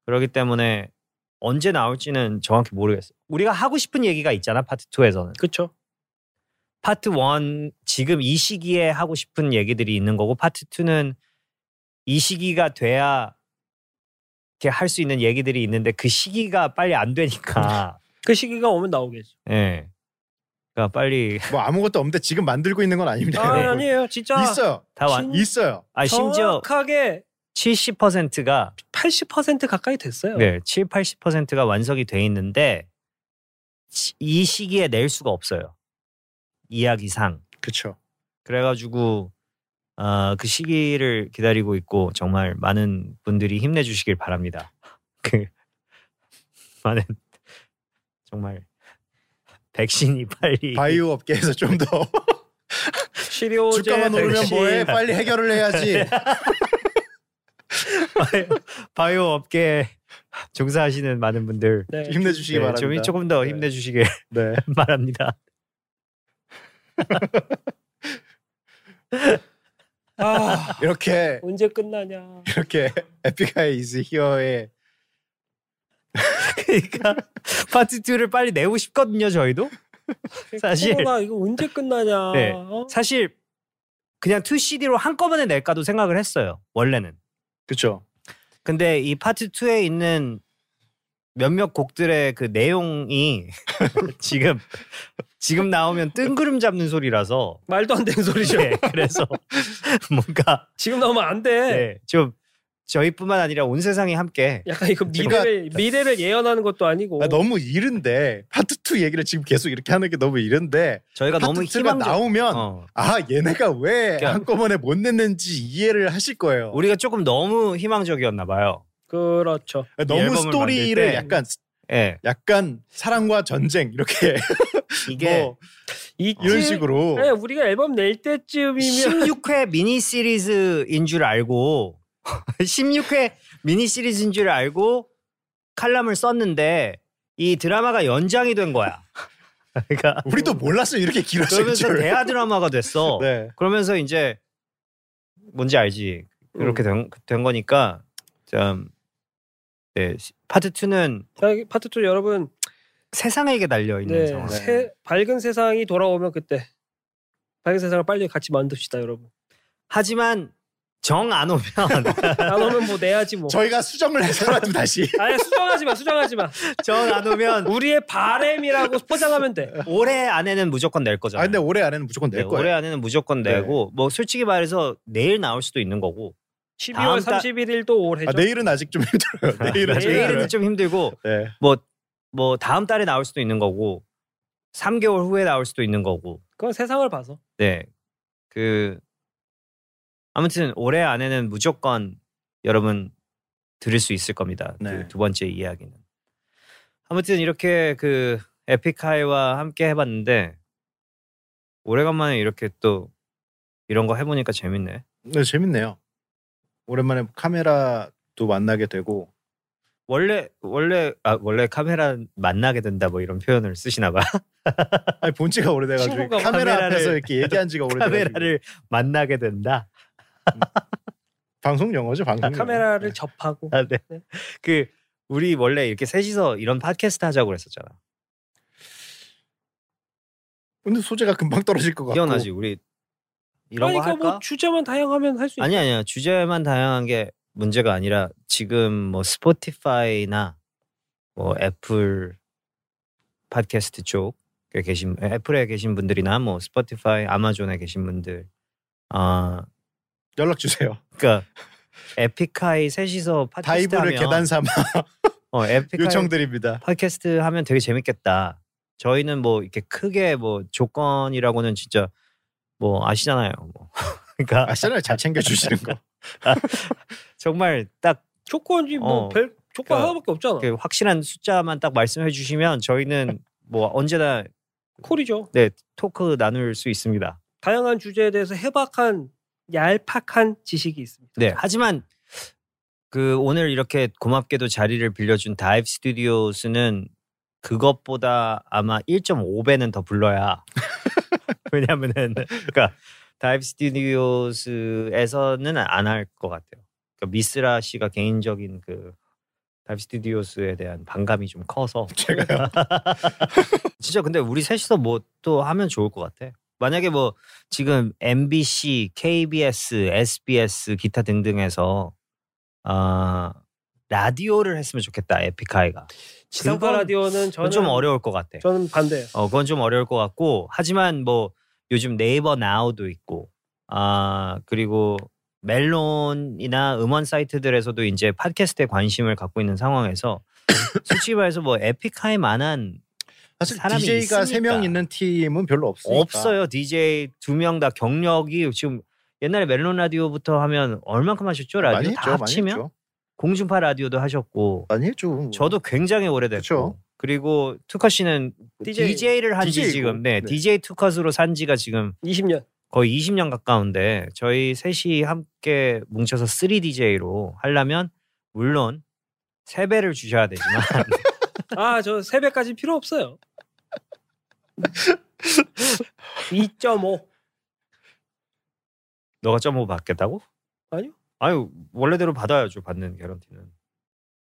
그렇기 때문에 언제 나올지는 정확히 모르겠어요 우리가 하고 싶은 얘기가 있잖아 파트 2에서는 그렇죠. 파트 1 지금 이 시기에 하고 싶은 얘기들이 있는 거고 파트 2는 이 시기가 돼야 이렇게 할 수 있는 얘기들이 있는데 그 시기가 빨리 안 되니까 그 시기가 오면 나오겠죠. 예. 그러니까 빨리 뭐 아무것도 없는데 지금 만들고 있는 건 아닙니다. 아, 네. 여러분. 아니에요. 진짜 있어요. 다 완. 있어요. 아 심지어 정확하게 70%가 80% 가까이 됐어요. 네, 7, 80%가 완성이 돼 있는데 시- 이 시기에 낼 수가 없어요. 이야기상. 그렇죠. 그래가지고 아, 그 시기를 기다리고 있고 정말 많은 분들이 힘내주시길 바랍니다. 그 많은 정말 백신이 빨리 바이오 업계에서 좀 더 치료제 주가만 오르면 백신. 뭐해? 빨리 해결을 해야지. 바이오, 바이오 업계 종사하시는 많은 분들 네. 힘내주시기 네, 바랍니다. 좀 조금 더 네. 힘내주시길 네. 바랍니다. 아, 이렇게 언제 끝나냐? 이렇게 에픽하이 이즈 히어의 그러니까 파트 2를 빨리 내고 싶거든요 저희도 사실- 코로나 이거 언제 끝나냐? 네. 어? 사실 그냥 2CD로 한꺼번에 낼까도 생각을 했어요 원래는 그렇죠. 근데 이 파트 2에 있는 몇몇 곡들의 그 내용이 지금 지금 나오면 뜬구름 잡는 소리라서 말도 안 되는 소리죠. 네, 그래서 뭔가 지금 나오면 안 돼. 네, 좀 저희뿐만 아니라 온 세상이 함께 약간 이거 제가- 미래를 미래를 예언하는 것도 아니고 아, 너무 이른데 파트 2 얘기를 지금 계속 이렇게 하는 게 너무 이른데 저희가 파트 너무 2가 희망적 나오면 어, 아 얘네가 왜 그러니까- 한꺼번에 못 냈는지 이해를 하실 거예요. 우리가 조금 너무 희망적이었나 봐요. 그렇죠. 아, 이 너무 앨범을 만들 스토리를 때- 약간 예. 약간 사랑과 전쟁 이렇게 이게 뭐 이 어. 이런 식으로 네, 우리가 앨범 낼 때쯤이면 음. 16회 미니 시리즈인 줄 알고 16회 미니 시리즈인 줄 알고 칼럼을 썼는데 이 드라마가 연장이 된 거야. 그러니까 우리도 몰랐어요 이렇게 길어질 그러면서 줄. 대하 드라마가 됐어. 네. 그러면서 이제 뭔지 알지? 그렇게 된, 된 거니까 참 네, 시- 파트 2는 자, 파트 2 여러분 세상에게 달려 있는 네, 상황. 새- 밝은 세상이 돌아오면 그때 밝은 세상을 빨리 같이 만듭시다 여러분 하지만 정 안 오면 안 오면 뭐 내야지 뭐 저희가 수정을 해서라도 다시 아니 수정하지 마 수정하지 마 정 안 오면 우리의 바램이라고 포장하면 돼 올해 안에는 무조건 낼 거잖아. 아 근데 올해 안에는 무조건 낼 네, 거예요. 올해 안에는 무조건 네. 내고 뭐 솔직히 말해서 내일 나올 수도 있는 거고 12월 다음 달- 네. 31일도 올해죠 아, 내일은 아직 좀 힘들어요. 내일은 좀 힘들어요. 내일은 좀 힘들고 네. 뭐 다음 달에 나올 수도 있는 거고 3개월 후에 나올 수도 있는 거고 그건 세상을 봐서 네 그 네. 아무튼 올해 안에는 무조건 여러분 들을 수 있을 겁니다. 그 네. 두 번째 이야기는. 아무튼 이렇게 그 에픽하이와 함께 해봤는데 오래간만에 이렇게 또 이런 거 해보니까 재밌네. 네, 재밌네요. 오랜만에 카메라도 만나게 되고 원래 원래 아 원래 카메라 만나게 된다 뭐 이런 표현을 쓰시나 봐. 아니 본 지가 오래돼가지고 친구가 카메라 카메라를- 앞에서 이렇게 얘기한 지가 오래돼가지고 카메라를 만나게 된다. 방송 영어죠 방송 영어. 카메라를 네. 접하고 음. 아, 네. 네. 그 우리 원래 이렇게 셋이서 이런 팟캐스트 하자고 그랬었잖아. 근데 소재가 금방 떨어질 것 같고 기억나지? 우리 이런 거 그러니까 할까? 뭐 주제만 다양하면 할 수 있어. 아니 아니야. 주제만 다양한 게 문제가 아니라 지금 뭐 스포티파이나 뭐 애플 팟캐스트 쪽에 계신 애플에 계신 분들이나 뭐 스포티파이, 아마존에 계신 분들 아 연락 주세요. 그러니까 에픽하이 셋이서 팟캐스트 다이브를 하면- 계단 삼아 어, 에픽하이 요청드립니다. 팟캐스트 하면 되게 재밌겠다. 저희는 뭐 이렇게 크게 뭐 조건이라고는 진짜 뭐 아시잖아요. 뭐. 그러니까 아시잖아요 잘 챙겨주시는 거. 정말 딱 조건이 어. 뭐별 조건 그러니까 하나밖에 없잖아. 그 확실한 숫자만 딱 말씀해 주시면 저희는 뭐 언제나 콜이죠. 토크 나눌 수 있습니다. 다양한 주제에 대해서 해박한 얄팍한 지식이 있습니다. 네. 하지만 그 오늘 이렇게 고맙게도 자리를 빌려준 다이브 스튜디오스는 그것보다 아마 1.5배는 더 불러야 왜냐면은 그러니까 다이브 스튜디오스에서는 안 할 것 같아요. 그러니까 미스라 씨가 개인적인 그 다이브 스튜디오스에 대한 반감이 좀 커서 제가요. 진짜 근데 우리 셋이서 뭐 또 하면 좋을 것 같아. 만약에 뭐 지금 MBC, KBS, SBS 기타 등등에서 아 라디오를 했으면 좋겠다. 에픽하이가. 지상파 그건- 라디오는 그건 저는 좀 어려울 것 같아. 저는 반대예요. 어 그건 좀 어려울 것 같고 하지만 뭐 요즘 네이버 나우도 있고 아 그리고 멜론이나 음원 사이트들에서도 이제 팟캐스트에 관심을 갖고 있는 상황에서 솔직히 말해서 뭐 에픽하이만한 사실 사람이 DJ가 세 명 있으니까. 있는 팀은 별로 없으니까. 없어요. DJ 두 명 다 경력이 지금 옛날에 멜론 라디오부터 하면 얼만큼 하셨죠? 라디오 많이 다 했죠. 많이 합치면 했죠. 공중파 라디오도 하셨고 많이 했죠. 뭐. 저도 굉장히 오래됐고 그쵸. 그 그리고 투카 씨는 DJ DJ, 를 한 지 DJ 고. 지금 네. 네, DJ 투컷으로 산 지가 지금 20년. 거의 20년 가까운데 저희 셋이 함께 뭉쳐서 3DJ로 하려면 물론 세배를 주셔야 되지만 아저 세배까지 필요 없어요. 2.5. 너가 점오 받겠다고? 아니요. 아유 원래대로 받아야죠 받는 개런티는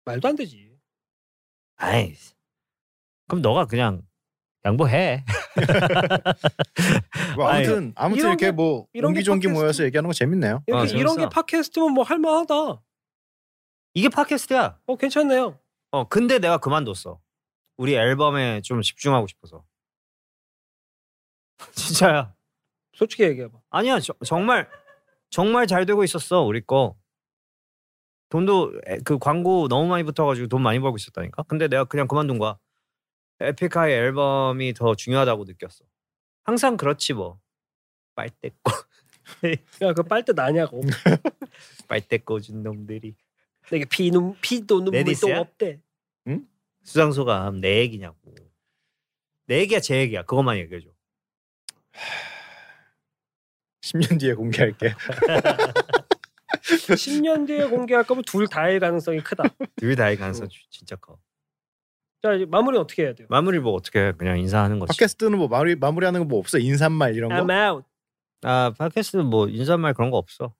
말도 안 되지. 아이 그럼 너가 그냥 양보해 뭐 아무튼 아무튼 이런 이렇게 게- 뭐 이런 게 옹기종기 팟캐스트. 모여서 얘기하는 거 재밌네요. 이렇게 아, 이런 재밌어. 게 팟캐스트면 뭐 할만하다. 이게 팟캐스트야 어 괜찮네요. 어 근데 내가 그만뒀어 우리 앨범에 좀 집중하고 싶어서 진짜야 솔직히 얘기해봐. 아니야 저- 정말 정말 잘 되고 있었어 우리 거 돈도 에- 그 광고 너무 많이 붙어가지고 돈 많이 벌고 있었다니까 근데 내가 그냥 그만둔 거야 에픽하이 앨범이 더 중요하다고 느꼈어 항상 그렇지 뭐 빨대 꼬 야 그 빨대 나냐고. 빨대 꽂은 놈들이 내게 피눈 피도 눈물도 레디스야? 없대. 수상소감 내 얘기냐고. 내 얘기야 제 얘기야. 그것만 얘기해줘. 10년 뒤에 공개할게. 아, 그렇죠. 10년 뒤에 공개할 거면 둘 다일 가능성이 크다. 둘 어. 다의 가능성 주- 진짜 커. 자 이제 마무리 어떻게 해야 돼요? 마무리 뭐 어떻게 해? 그냥 인사하는 거지. 팟캐스트는 뭐 마무리 마무리하는 거 뭐 없어 인사말 이런 거. I'm out. 아 팟캐스트는 뭐 인사말 그런 거 없어.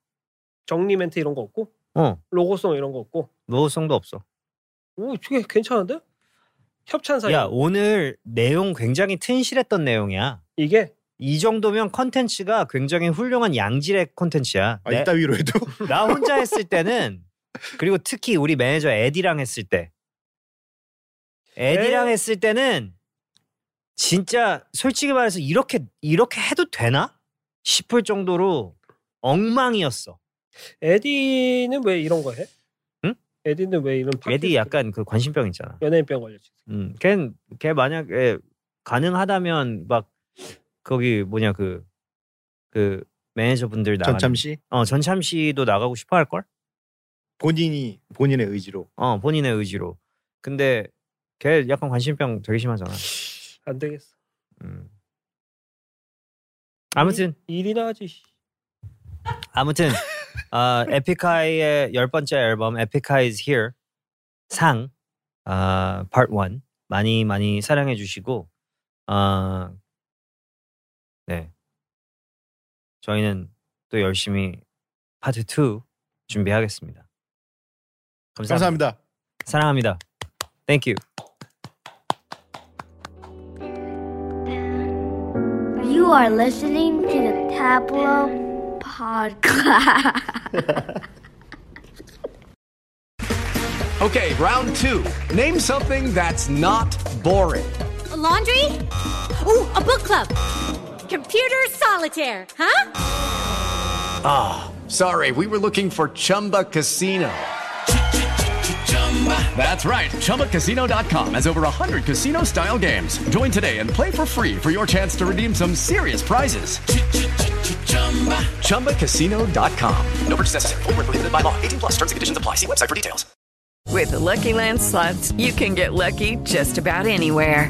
정리 멘트 이런 거 없고 어 로고송 이런 거 없고. 노후성도 없어. 오 되게 괜찮은데? 협찬사 야 오늘 내용 굉장히 튼실했던 내용이야. 이게 이 정도면 컨텐츠가 굉장히 훌륭한 양질의 컨텐츠야. 아, 내- 이따 위로 해도 나 혼자 했을 때는 그리고 특히 우리 매니저 에디랑 했을 때 에디랑 에? 했을 때는 진짜 솔직히 말해서 이렇게 이렇게 해도 되나 싶을 정도로 엉망이었어. 에디는 왜 이런 거 해? 응? 에디는 왜 이런 에디 팟캐스트- 약간 그 관심병 있잖아. 연예인병 걸렸지. 음, 걘, 걔 예, 만약에 가능하다면 막 거기 뭐냐 그 그 매니저분들 나가 전참 씨 어 전참 씨도 나가고 싶어 할 걸? 본인이 본인의 의지로 어 본인의 의지로. 근데 걔 약간 관심병 되게 심하잖아. 안 되겠어. 음. 아무튼 일이나 하지. 씨. 아무튼 아, 에픽하이의 열 번째 앨범 에픽하이 is here 상 아, part 1 많이 많이 사랑해 주시고 아, 네. 저희는 또 열심히 파트 2 준비하겠습니다. 감사합니다. 감사합니다. 사랑합니다. Thank you. You are listening to the Tableau Podcast. Okay, round two. Name something that's not boring. laundry? Ooh, a book club. Computer solitaire, huh? Ah, Sorry, we were looking for Chumba Casino. That's right. ChumbaCasino.com has over 100 casino style games. Join today and play for free for your chance to redeem some serious prizes. ChumbaCasino.com. No purchase necessary. Void where prohibited by law. 18 plus terms and conditions apply. See website for details. With the Lucky Land slots, you can get lucky just about anywhere.